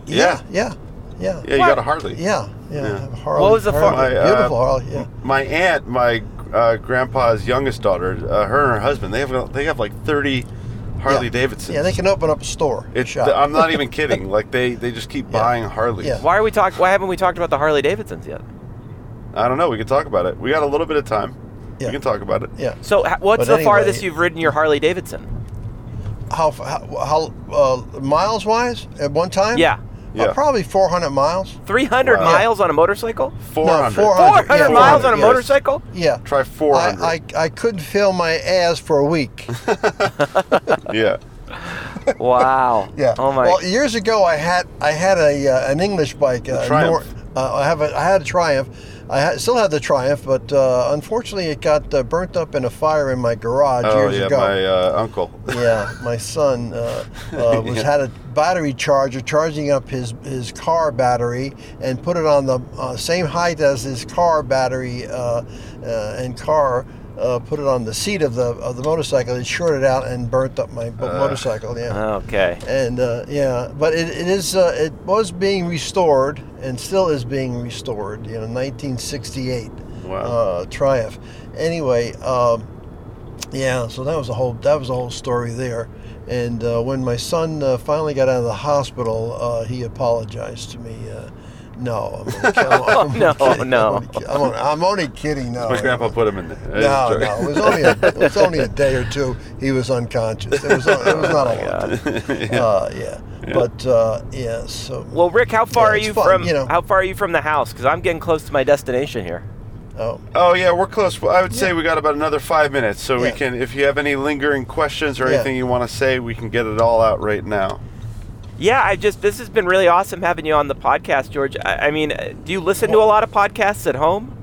yeah, yeah, yeah,
Yeah, you
What?
got a Harley.
yeah, yeah. I have a Harley,
What was the far-
Harley,
My, uh,
beautiful Harley? Yeah,
My aunt, my uh, grandpa's youngest daughter, uh, her and her husband, they have they have like thirty Harley
Yeah.
Davidsons.
yeah. They can open up a store.
It's,
shop.
I'm not even kidding. Like they, they just keep buying Harleys.
Yeah.
Why are we talking? Why haven't we talked about the Harley Davidsons yet?
I don't know. We can talk about it. We got a little bit of time.
Yeah.
We can talk about it.
yeah.
So, ha- what's
But
the
anyway-
farthest you've ridden your Harley Davidson?
How f- how, how uh, miles wise at one time?
Yeah.
Uh,
Yeah.
probably 400 miles.
300
Wow.
miles on a motorcycle?
Four hundred.
400.
400
yeah,
miles on a
400, yes.
motorcycle?
Yeah.
Try four hundred.
I, I, I couldn't feel my ass for a week.
yeah.
Wow.
Yeah.
Oh my.
Well, years ago, I had I had a uh, an English bike. Uh,
Triumph.
Nor- uh, I have a, I had a Triumph. I ha- still had the Triumph, but uh, unfortunately, it got uh, burnt up in a fire in my garage
Oh
years
yeah,
ago.
my uh, uncle.
yeah, my son uh, uh, was had a battery charger charging up his his car battery and put it on the uh, same height as his car battery uh, uh, and car. Uh, put it on the seat of the of the motorcycle. It shorted out and burnt up my
Uh,
bo- motorcycle. Yeah
okay.
and uh, yeah, but it, it is uh, it was being restored and still is being restored. You know, 1968
Wow.
uh, Triumph. Anyway, um, yeah, so that was a whole that was a whole story there. And uh, when my son uh, finally got out of the hospital, uh, he apologized to me. Uh, no, I'm only, I'm
No,
only kidding. I'm
no.
only ki- I'm only, I'm only kidding. No,
My grandpa put him in there. That is a
no,
joke.
no. It was only a, it was only a day or two. He was unconscious. It was, it was not a lot. Yeah. Uh, yeah. But uh, yeah. So
Well, Rick, how far
Yeah,
are
it's
you
fun,
from
you know.
how far are you from the house? Because I'm getting close to my destination here.
oh,
Oh yeah, we're close. Well, I would say we got about another five minutes, so we
Yeah.
can. If you have any lingering questions or
Yeah.
anything you want to say, we can get it all out right now.
Yeah, I just this has been really awesome having you on the podcast, George. I, I mean, uh, do you listen to a lot of podcasts at home?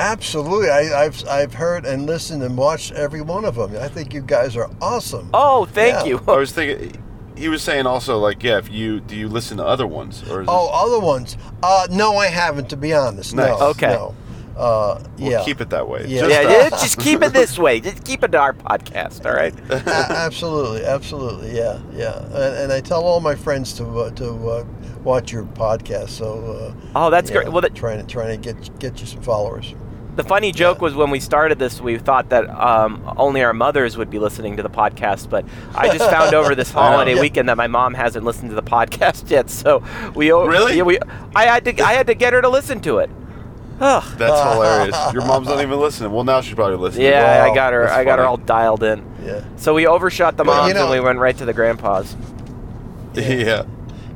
absolutely. I, I've I've heard and listened and watched every one of them. I think you guys are awesome.
Oh, thank
Yeah.
you.
I was thinking, he was saying also like, yeah, if you do you listen to other ones or is
Oh, other ones? Uh, no, I haven't. To be honest,
Nice.
no.
Okay.
No. Uh,
this, we'll
yeah.
keep it that way.
Yeah.
Just uh,
yeah,
that.
yeah, just keep it this way. Just keep it to our podcast, all right?
A- absolutely, absolutely, yeah, yeah, and, and I tell all my friends to uh, to uh, watch your podcast. So uh,
Oh, that's
yeah,
great. Well, that,
trying to trying to get get you some followers.
The funny joke was when we started this, we thought that um, only our mothers would be listening to the podcast, but I just found over this holiday
Yeah.
weekend that my mom hasn't listened to the podcast yet. So we o-
Really?
yeah, we I had to I had to get her to listen to it. Ugh.
That's hilarious. Your mom's not even listening. Well, now she's probably listening.
Yeah, I
Wow,
got her.
that's
I got her
funny.
all dialed in.
Yeah.
So we overshot the
Well,
moms
you know-
and we went right to the grandpas.
yeah.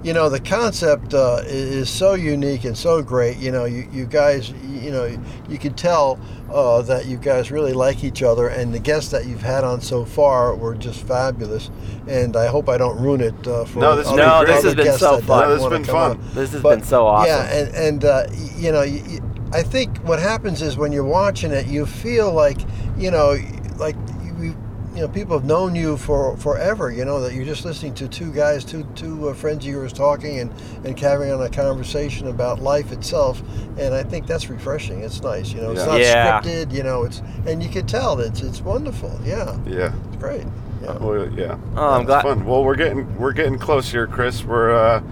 You know, the concept uh, i- is so unique and so great. You know, you, you guys, you know, you can tell uh, that you guys really like each other, and the guests that you've had on so far were just fabulous. And I hope I don't ruin it uh, for
No, this has
other-
been
other
great. No, this has
been
guests
so
that
fun.
No,
don't
this has
wanna
been
come
fun.
on.
This has
But,
been so awesome.
Yeah, and and uh, y- you know, y- y- I think what happens is when you're watching it, you feel like you know, like you, you know, people have known you for forever. You know that you're just listening to two guys, two two uh, friends of yours talking and and carrying on a conversation about life itself. And I think that's refreshing. It's nice. You know, it's
Yeah.
not
Yeah.
scripted. You know, it's and you can tell that it's it's wonderful. Yeah,
Yeah.
it's great. Yeah.
Well, yeah.
Oh, I'm
That's
glad-
Fun. Well, we're getting we're getting close here, Chris. We're uh,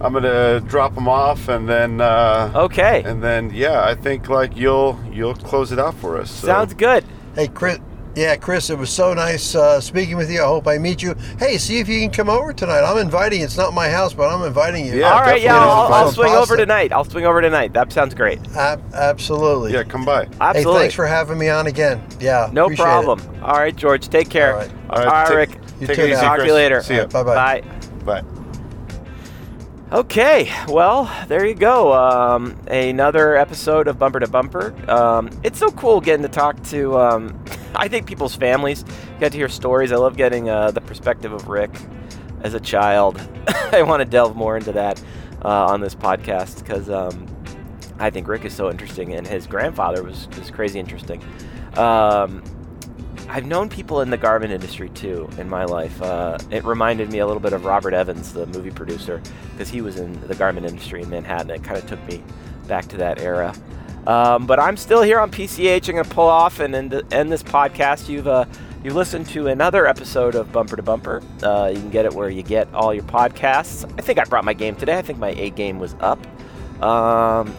I'm gonna drop them off, and then uh,
Okay.
and then yeah, I think like you'll you'll close it out for us. So.
Sounds good.
Hey, Chris. Yeah, Chris, it was so nice uh, speaking with you. I hope I meet you. Hey, see if you can come over tonight. I'm inviting you. It's not my house, but I'm inviting you.
Yeah,
All right, yeah,
definitely.
I'll, I'll swing over
Pasta.
tonight. I'll swing over tonight. That sounds great.
Ab- absolutely.
Yeah, come by.
Absolutely.
Hey, thanks for having me on again. Yeah.
no
appreciate it.
problem. All right, George, take care.
All right.
All right,
All right,
take-
Rick.
You
Take
too
it easy,
now.
Talk to
Chris.
you later.
See ya.
All right,
Bye.
bye-bye.
Bye.
Okay, well, there you go. Um, another episode of Bumper to Bumper. Um, it's so cool getting to talk to, um, I think, people's families. Get to hear stories. I love getting uh, the perspective of Rick as a child. I want to delve more into that uh, on this podcast because um, I think Rick is so interesting, and his grandfather was, was crazy interesting. Um, I've known people in the garment industry too in my life. Uh, it reminded me a little bit of Robert Evans, the movie producer, because he was in the garment industry in Manhattan. It kind of took me back to that era. Um, but I'm still here on PCH. I'm going to pull off and end, end this podcast. You've uh, you've listened to another episode of Bumper to Bumper. Uh, you can get it where you get all your podcasts. I think I brought my game today. I think my A game was up. Um,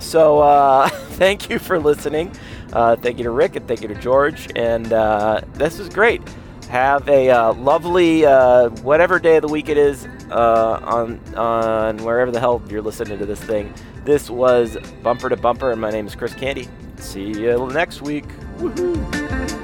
so uh, thank you for listening. Uh, thank you to Rick and thank you to George. And uh, this was great. Have a uh, lovely uh, whatever day of the week it is uh, on on wherever the hell you're listening to this thing. This was bumper to bumper, and my name is Chris Candy. See you next week. Woohoo!